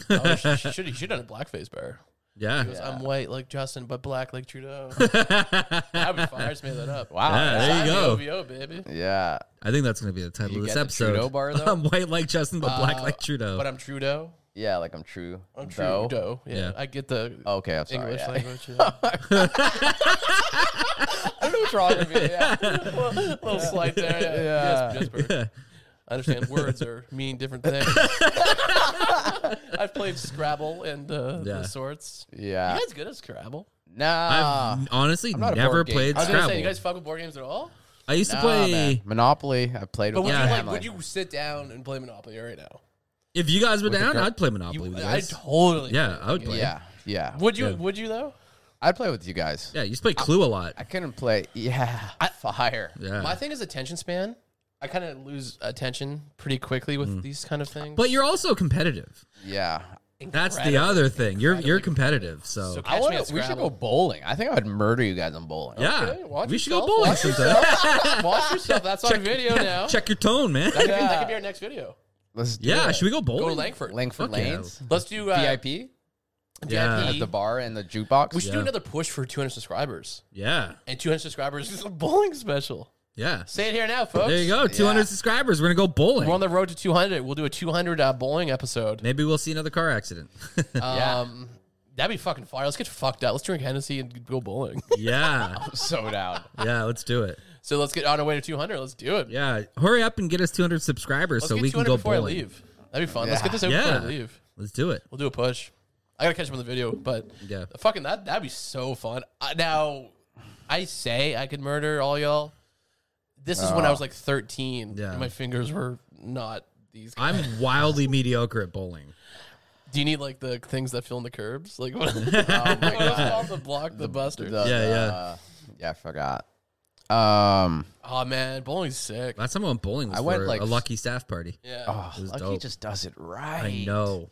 C: oh, should should have done a blackface bear.
D: Yeah.
C: He goes, I'm white like Justin, but black like Trudeau. That'd be fire. I just made that up.
B: Wow.
D: Yeah, there you
C: Sign me,
D: go.
C: OVO, baby.
B: Yeah.
D: I think that's going to be the title
B: You
D: of this
B: get the
D: episode.
B: Trudeau bar, though?
D: I'm white like Justin, but black
C: Uh,
D: like Trudeau.
C: But I'm Trudeau.
B: Yeah, like I'm true.
C: I'm
B: though.
C: Trudeau. Yeah.
D: Yeah.
C: I get the
B: Okay, I'm sorry.
C: English
B: yeah.
C: language. yeah.
B: I don't know what's wrong with me. Yeah.
C: little slight there. Yeah.
B: Yeah.
C: Yes, yes, Bert. I understand words are mean different things. I've played Scrabble and uh,
D: Yeah.
C: the sorts.
B: yeah.
C: You guys good at Scrabble? Uh,
B: Nah.
D: I've honestly
B: not a
D: never
B: board game.
D: played
C: I was gonna
D: Scrabble.
C: say, you guys fuck with board games at all?
D: I used to
B: Nah,
D: play.
B: man. Monopoly. I played
C: But
B: with my
C: would
D: Yeah.
C: you like?
B: family.
C: Would you sit down and play Monopoly right now?
D: If you guys were down,
B: girl.
D: I'd play Monopoly
C: You,
D: with you
C: I
D: guys.
C: totally.
D: yeah, I would play. Yeah,
B: yeah. Yeah.
C: Would you?
D: Yeah.
C: Would you though?
B: I'd play with you guys.
D: you used to play Clue a lot.
B: I couldn't play. Yeah. fire.
D: Yeah.
C: My thing is attention span. I kind of lose attention pretty quickly with these kind of things.
D: But you're also competitive.
B: Yeah.
D: That's the
C: Incredible.
D: other thing. You're you're competitive. So,
C: So catch
B: I
C: me
B: want
C: at
B: to. We should
C: Scrabble.
B: go bowling. I think I would murder you guys on bowling.
D: yeah,
C: Okay, watch
D: we should go
C: yourself,
D: bowling
C: watch
D: sometime.
C: Watch yourself. That's on video now.
D: Check your tone, man.
C: That could, be, that could be our next video.
B: Let's do
D: Yeah,
B: it.
D: should we go
C: Go to
D: bowling?
C: Langford.
B: Langford
D: Fuck yeah.
B: Lanes
C: Let's do uh,
B: VIP
D: Yeah.
B: at
C: VIP.
B: the bar and the jukebox.
C: We should do
D: Yeah.
C: another push for 200 subscribers.
D: yeah,
C: And 200 subscribers is a bowling special.
D: yeah.
C: Say it here now, folks.
D: There you go. 200
B: Yeah.
D: subscribers. We're gonna go bowling.
C: We're on the road to 200. We'll do a 200 uh, bowling episode.
D: Maybe we'll see another car accident.
B: Yeah.
C: Um, that'd be fucking fire. Let's get fucked up. Let's drink Hennessy and go bowling.
D: yeah,
B: so down.
D: yeah. Let's do it.
C: so let's get on our way to 200. Let's do it.
D: Yeah, hurry up and get us 200 subscribers
C: Let's
D: so
C: get
D: we can
C: 200
D: go
C: before
D: bowling.
C: I leave. That'd be fun. Let's get this out
D: Yeah.
C: before I leave.
D: Let's do it.
C: We'll do a push. I gotta catch up on the video, but
D: Yeah.
C: fucking that that'd be so fun. I, now, I say I could murder all y'all. This is when I was like 13.
D: Yeah.
C: and my fingers were not these.
D: I'm wildly mediocre at bowling.
C: Do you need like the things that fill in the curbs? Like what? oh my god, the block, the, buster.
B: The-
D: Yeah,
B: the-
D: yeah.
B: Yeah, I forgot. Um,
C: oh man, bowling's sick.
D: Last time I went bowling was
B: I
D: for
B: went, like,
D: a lucky staff party.
C: Yeah,
B: oh,
D: It was
B: Lucky
D: dope.
B: just does it right.
D: I know.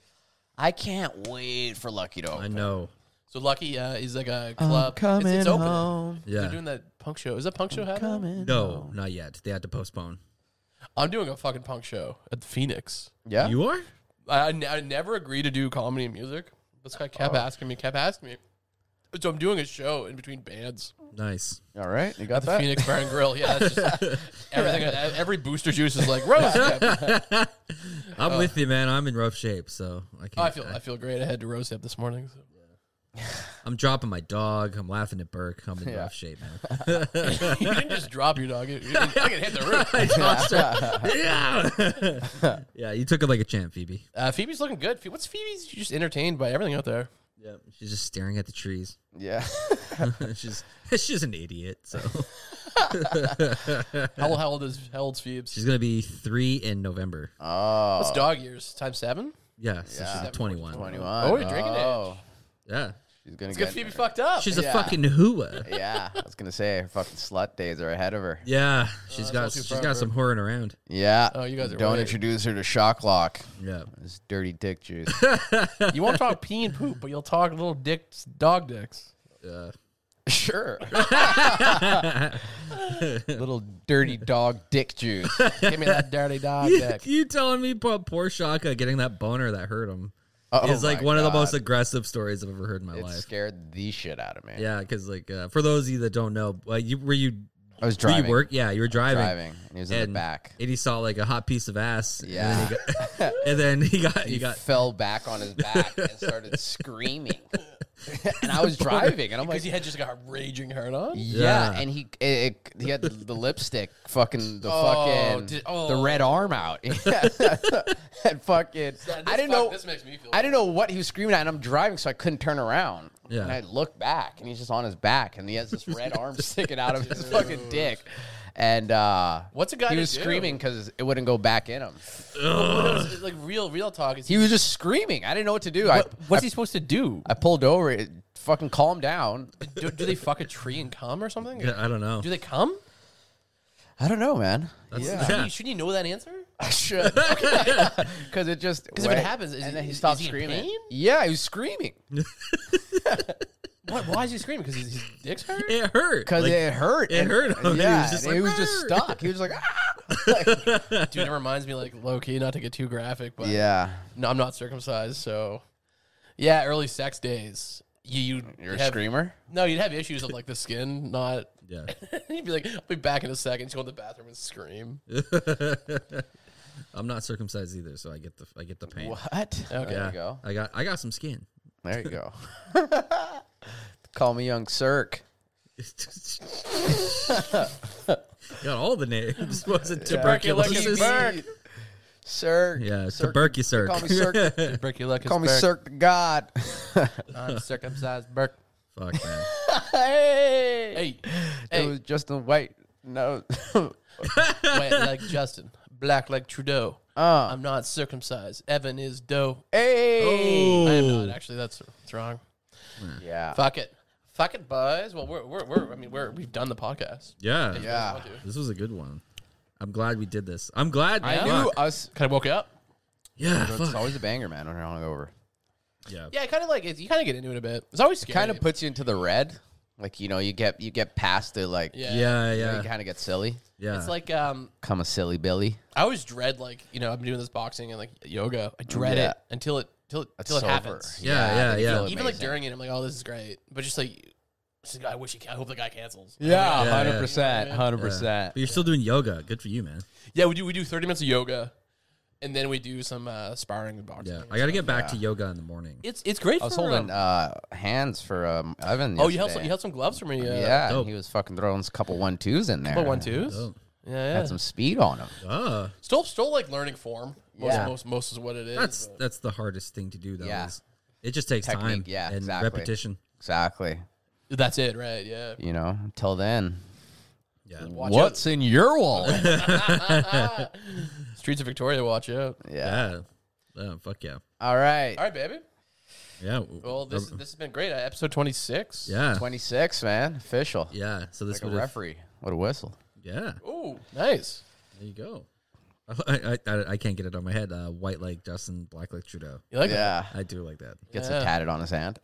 B: I can't wait for Lucky to open.
D: I know.
C: so lucky uh, is like a club. it's, it's open. They're
D: Yeah.
C: doing that punk show. Is that punk show happening?
D: No, not yet. They had to postpone.
C: I'm doing a fucking punk show at the Phoenix.
B: Yeah.
D: You are? Oh.
C: I, I ne- I never agreed to do comedy and music. This guy kept asking me, kept asking me. So I'm doing a show in between bands.
D: Nice.
B: All right, you got
C: The
D: Uh.
B: that.
C: Phoenix Bar and Grill. Yeah, that's just everything. e-, Every booster juice is like rose. hip.
D: I'm
B: Uh,
D: with you, man. I'm in rough shape, so
B: Oh,
D: I can't.
C: I feel I feel great. I had to rose hip this morning. so.
D: I'm dropping my dog. I'm laughing at Burke. I'm in
B: Yeah.
D: rough shape, man.
C: you didn't just drop your dog. You, you, you fucking hit the roof.
D: I tossed her. yeah. yeah, you took it like a champ, Phoebe.
C: Uh, Phoebe's looking good. Phoe- What's Phoebe's? She's just entertained by everything out there.
D: Yeah. She's just staring at the trees.
B: Yeah.
D: she's she's an idiot, so
C: How, how old is how old's Phoebe?
D: she's gonna be three in November.
B: Oh,
C: What's dog years? Times seven.
D: Yeah, so she's 21.
B: 21.
C: Oh, you're drinking it.
D: Yeah,
B: She's gonna
C: Let's
B: get
C: get Phoebe fucked up.
D: she's
B: Yeah.
D: a fucking hooah.
B: Yeah, I was gonna say her fucking slut days are ahead of her.
D: Yeah, she's
C: not
D: got
C: too
D: she's
C: far,
D: got
C: Burke.
D: some whoring around.
B: Yeah.
C: Oh, you guys are
B: don't
C: right.
B: introduce her to shock lock.
D: Yeah,
B: This dirty dick juice.
C: you won't talk pee and poop, but you'll talk little dicks, dog dicks.
D: uh,
B: sure. Little dirty dog dick juice.
C: Give me that dirty dog
D: you,
C: dick.
D: you telling me poor, poor Shaka getting that boner that hurt him
B: Oh
D: is like
B: my
D: one of the
B: God.
D: most aggressive stories I've ever heard in my
B: It
D: life.
B: scared the shit out of me.
D: Yeah, because like uh, for those of you that don't know, uh, you were you
B: I was
D: were you
B: driving.
D: work? Yeah, you were driving.
B: Driving. And he was in
D: and-
B: the back.
D: And he saw like a hot piece of ass.
B: Yeah.
D: and then he got, and then he got
B: he
D: you got
B: fell back on his back and started screaming. and I was driving, and I'm like,
C: Because he had just like a raging hurt on.
B: yeah,
D: Yeah.
B: and he it, it- he had the, the lipstick, fucking the
C: Oh,
B: fucking
C: did-
B: the
C: oh.
B: red arm out, and fucking I didn't know
C: makes me feel.
B: I didn't know what he was screaming at, and I'm driving, so I couldn't turn around.
D: Yeah.
B: And I looked back, and he's just on his back, and he has this red arm sticking out of his fucking dick. And uh,
C: What's a guy
B: He
C: to
B: was
C: do?
B: screaming because it wouldn't go back in him.
C: It's like real, real talk. Is
B: He was just screaming. I didn't know what to do.
C: what,
B: I,
C: what's
B: I,
C: he supposed to do?
B: I pulled over. It, fucking calm down.
C: do? Do they fuck a tree and come or something?
D: Yeah, I don't know.
C: Do they come?
B: I don't know, man.
D: That's-
C: Shouldn't, you, shouldn't you know that answer?
B: I should. Because it just. Because
C: if it happens, is
B: and
C: he-
B: then he
C: is-
B: stopped
C: is he in
B: screaming.
C: pain?
B: Yeah, he was screaming
C: Why, why is he screaming? Because his, his dick's hurt.
D: It hurt.
B: because
D: Like,
B: it hurt.
D: it
B: and-
D: hurt him, and he was
B: Yeah,
D: just
B: and he
D: like,
B: was just
D: "Rrr."
B: stuck. He was like, ah.
C: Dude, it reminds me like low key, not to get too graphic, but
B: Yeah,
C: no, I'm not circumcised, so yeah, early sex days. You you
B: you're a
C: have,
B: screamer.
C: No, you'd have issues with like the skin, not
D: yeah.
C: you'd be like, I'll be back in a second, just go in the bathroom and scream.
D: I'm not circumcised either, so I get the I get the pain.
B: What?
C: Oh,
B: Okay. There
D: Yeah.
B: you go.
D: I got I got some skin.
B: There you go. Call me Young Cirque.
D: got all the names. Was it
C: Tuberculosis.
D: tuberculosis?
C: Burke.
B: Cirque.
D: Yeah,
B: Cirque.
D: tuberculosis.
B: Call me Cirque.
C: Tuberculosis.
B: Call me Cirque the God.
C: Uncircumcised Burke.
D: Fuck man.
B: hey.
C: Hey,
B: It
C: hey,
B: was Justin White. Uh, No.
C: wait, like Justin, black like Trudeau.
B: uh,
C: I'm not circumcised. Evan is dough.
B: hey.
C: I am not actually. That's, that's wrong.
D: Oh.
B: Yeah.
C: Fuck it. Fuck it, boys. Well, we're, we're, we're I mean, we're, we've done the podcast.
D: Yeah.
B: Yeah.
D: This was a good one. I'm glad we did this. I'm glad.
C: I
D: fuck.
B: Knew us.
C: Kind of woke up.
D: Yeah.
B: It's
D: Fuck.
B: always a banger, man, when you're hungover.
D: Yeah.
C: Yeah, kind of like it's, you kind of get into it a bit. It's always scary.
B: Kind of puts you into the red. Like, you know, you get you get past the like
C: Yeah.
D: Yeah.
B: you know,
D: Yeah.
B: you kind of get silly.
D: Yeah.
C: It's like um,
B: Come a silly Billy.
C: I always dread like you know I'm doing this boxing and like yoga. I dread
B: Yeah.
C: it until it until it
B: That's
C: until it
B: sober.
C: happens.
D: Yeah, yeah,
B: then you
D: yeah.
B: feel
C: Even like
B: amazing.
C: during it, I'm like, oh, this is great. But just like, it's like, I wish he, ca- I hope the guy cancels.
B: Yeah,
D: Yeah,
B: hundred
D: 100%,
B: percent, hundred
D: Yeah.
B: percent.
D: But you're still doing yoga. Good for you, man.
C: Yeah, we do we do 30 minutes of yoga, and then we do some uh, sparring and boxing.
D: Yeah. I got to get back to yoga in the morning.
C: It's it's great.
B: I was
C: for,
B: holding
C: um,
B: uh, hands for um, Evan.
C: oh, you held some,
B: yesterday.
C: you held some gloves for me. Uh,
B: Yeah, and
D: Dope.
B: he was fucking throwing a couple one twos in there.
C: But one twos.
D: Oh.
C: Yeah, yeah.
B: Had some speed on him.
D: Oh,
C: Still still like learning form. Most
B: Yeah.
C: most most is what it is.
D: that's
C: but-
D: that's the hardest thing to do. Though.
B: Yeah.
D: is- it just takes
B: Technique,
D: time.
B: yeah,
D: And
B: exactly.
D: repetition.
B: Exactly.
C: that's it, right? Yeah.
B: You know, until then.
D: Yeah.
C: Watch
B: What's in your wallet?
C: out. Streets of Victoria, watch out.
B: yeah.
D: Yeah. Oh, fuck yeah.
B: All right.
C: All right, baby.
D: Yeah. Oh,
C: Well, this is- this has been great. Uh, episode 26.
D: Yeah.
B: Twenty six, man. Official.
D: Yeah. So this
B: Like a
D: would have.
B: referee. What a whistle.
D: Yeah.
C: Ooh, nice.
D: There you go. I, I, I, I can't get it on my head. Uh, white like Justin, black like Trudeau.
C: You like
B: Yeah.
D: I do like that.
B: Gets
C: Yeah.
B: it tatted on his hand.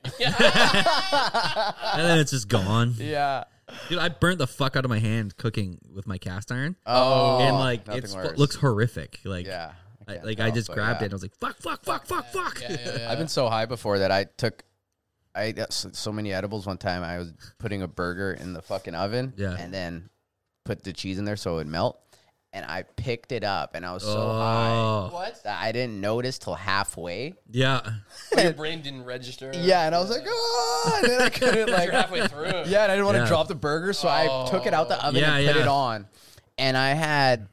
D: And then it's just gone.
B: Yeah.
D: Dude, I burnt the fuck out of my hand cooking with my cast iron.
B: Oh,
D: and like
B: nothing
D: it
B: worse.
D: looks horrific. Like
B: Yeah.
D: I,
B: can't
D: like I
B: tell,
D: just
B: but
D: grabbed it
B: yeah.
D: and I was like, fuck, fuck, fuck, fuck, fuck.
C: that? Yeah, yeah, yeah.
B: I've been so high before that I took I got so, so many edibles one time. I was putting a burger in the fucking oven,
D: Yeah.
B: and then put the cheese in there so it would melt. And I picked it up, and I was so high
C: What?
B: that I didn't notice till halfway.
D: Yeah.
C: Your brain didn't register.
B: Yeah, and I was like, oh, and then I couldn't like.
C: You're halfway through.
B: Yeah, and I didn't want
D: Yeah.
B: to drop the burger, so I took it out the oven
D: Yeah,
B: and put
D: yeah.
B: it on, and I had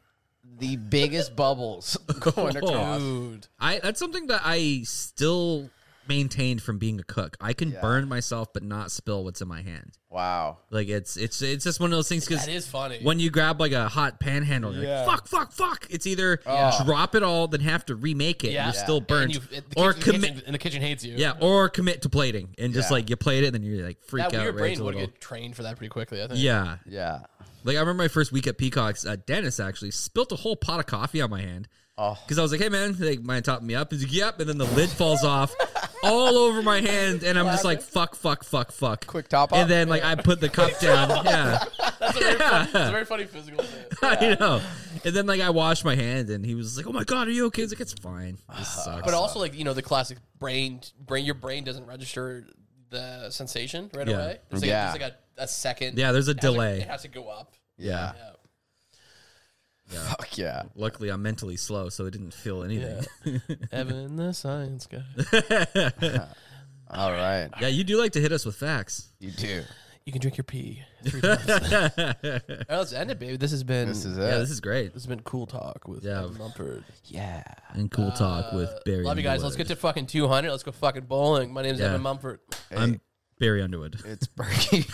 B: the biggest bubbles going across.
C: Dude.
D: I that's something that I still maintained from being a cook. I can burn myself but not spill what's in my hand.
B: Wow.
D: Like it's it's it's just one of those things because
C: That is funny.
D: when you grab like a hot pan handle, you're like
B: Yeah.
D: fuck, fuck, fuck. It's either drop it all, then have to remake it.
C: Yeah.
D: and
C: Yeah.
D: You're still
C: And
D: burnt,
C: you- it- the
D: or
C: kitchen hates
D: commit,
C: you, and the kitchen hates you.
D: yeah, or commit to plating and just
B: Yeah.
D: like you plate it, and then you're like freak
C: That
D: out.
C: weird
D: right? It's
C: brain
D: a
C: would
D: little-
C: get trained for that pretty quickly, I think.
D: yeah,
B: Yeah.
D: like I remember my first week at Peacocks, uh, Dennis actually spilt a whole pot of coffee on my hand.
B: Oh.
D: Because I was like, hey man, like mine topped me up. He's like, yep, and then the lid falls off all over my hand, and I'm just like, fuck, fuck, fuck, fuck.
B: Quick top
D: And
B: up.
D: then like I put the cup down. Yeah.
C: It's a
D: yeah.
C: very funny physical thing.
D: I know. And then like I washed my hand and he was like, Oh my god, are you okay? I was like, It's fine. This sucks.
C: But also, like, you know, the classic brain, brain your brain doesn't register the sensation right
D: Yeah.
C: away. It's like,
B: Yeah.
C: there's like a, a second.
D: yeah, there's a
C: It has to-
D: delay.
C: it has to go up.
B: Yeah.
C: Yeah.
B: Fuck yeah.
D: Luckily I'm mentally slow, so it didn't feel anything.
C: Evan, the science guy.
B: All right.
D: yeah you do like to hit us with facts.
B: You do.
C: You can drink your pee. Three times. All right, let's end it, baby. This has been
B: This is it.
D: Yeah, this is great.
C: this has been cool talk with
D: Yeah.
C: Evan Mumford.
B: yeah.
D: And cool talk with Barry.
C: Uh, Love you guys. Let's
D: Underwood.
C: get to fucking 200. Let's go fucking bowling. My name's
D: Yeah.
C: Evan Mumford.
D: I'm Barry Underwood.
B: It's Berkey.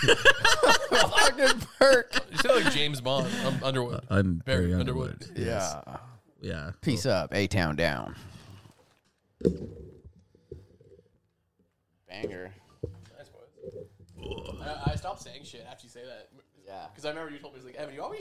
B: fucking Burke.
C: You sound like James Bond. I'm Underwood.
D: I'm Barry,
C: Barry
D: Underwood.
C: Underwood.
B: Yeah.
D: Yeah.
B: Peace up. A Town Down. Banger.
C: Nice boys. I, I stopped saying shit after you say that.
B: Yeah.
C: Because I remember you told me, it's like, Evan, you always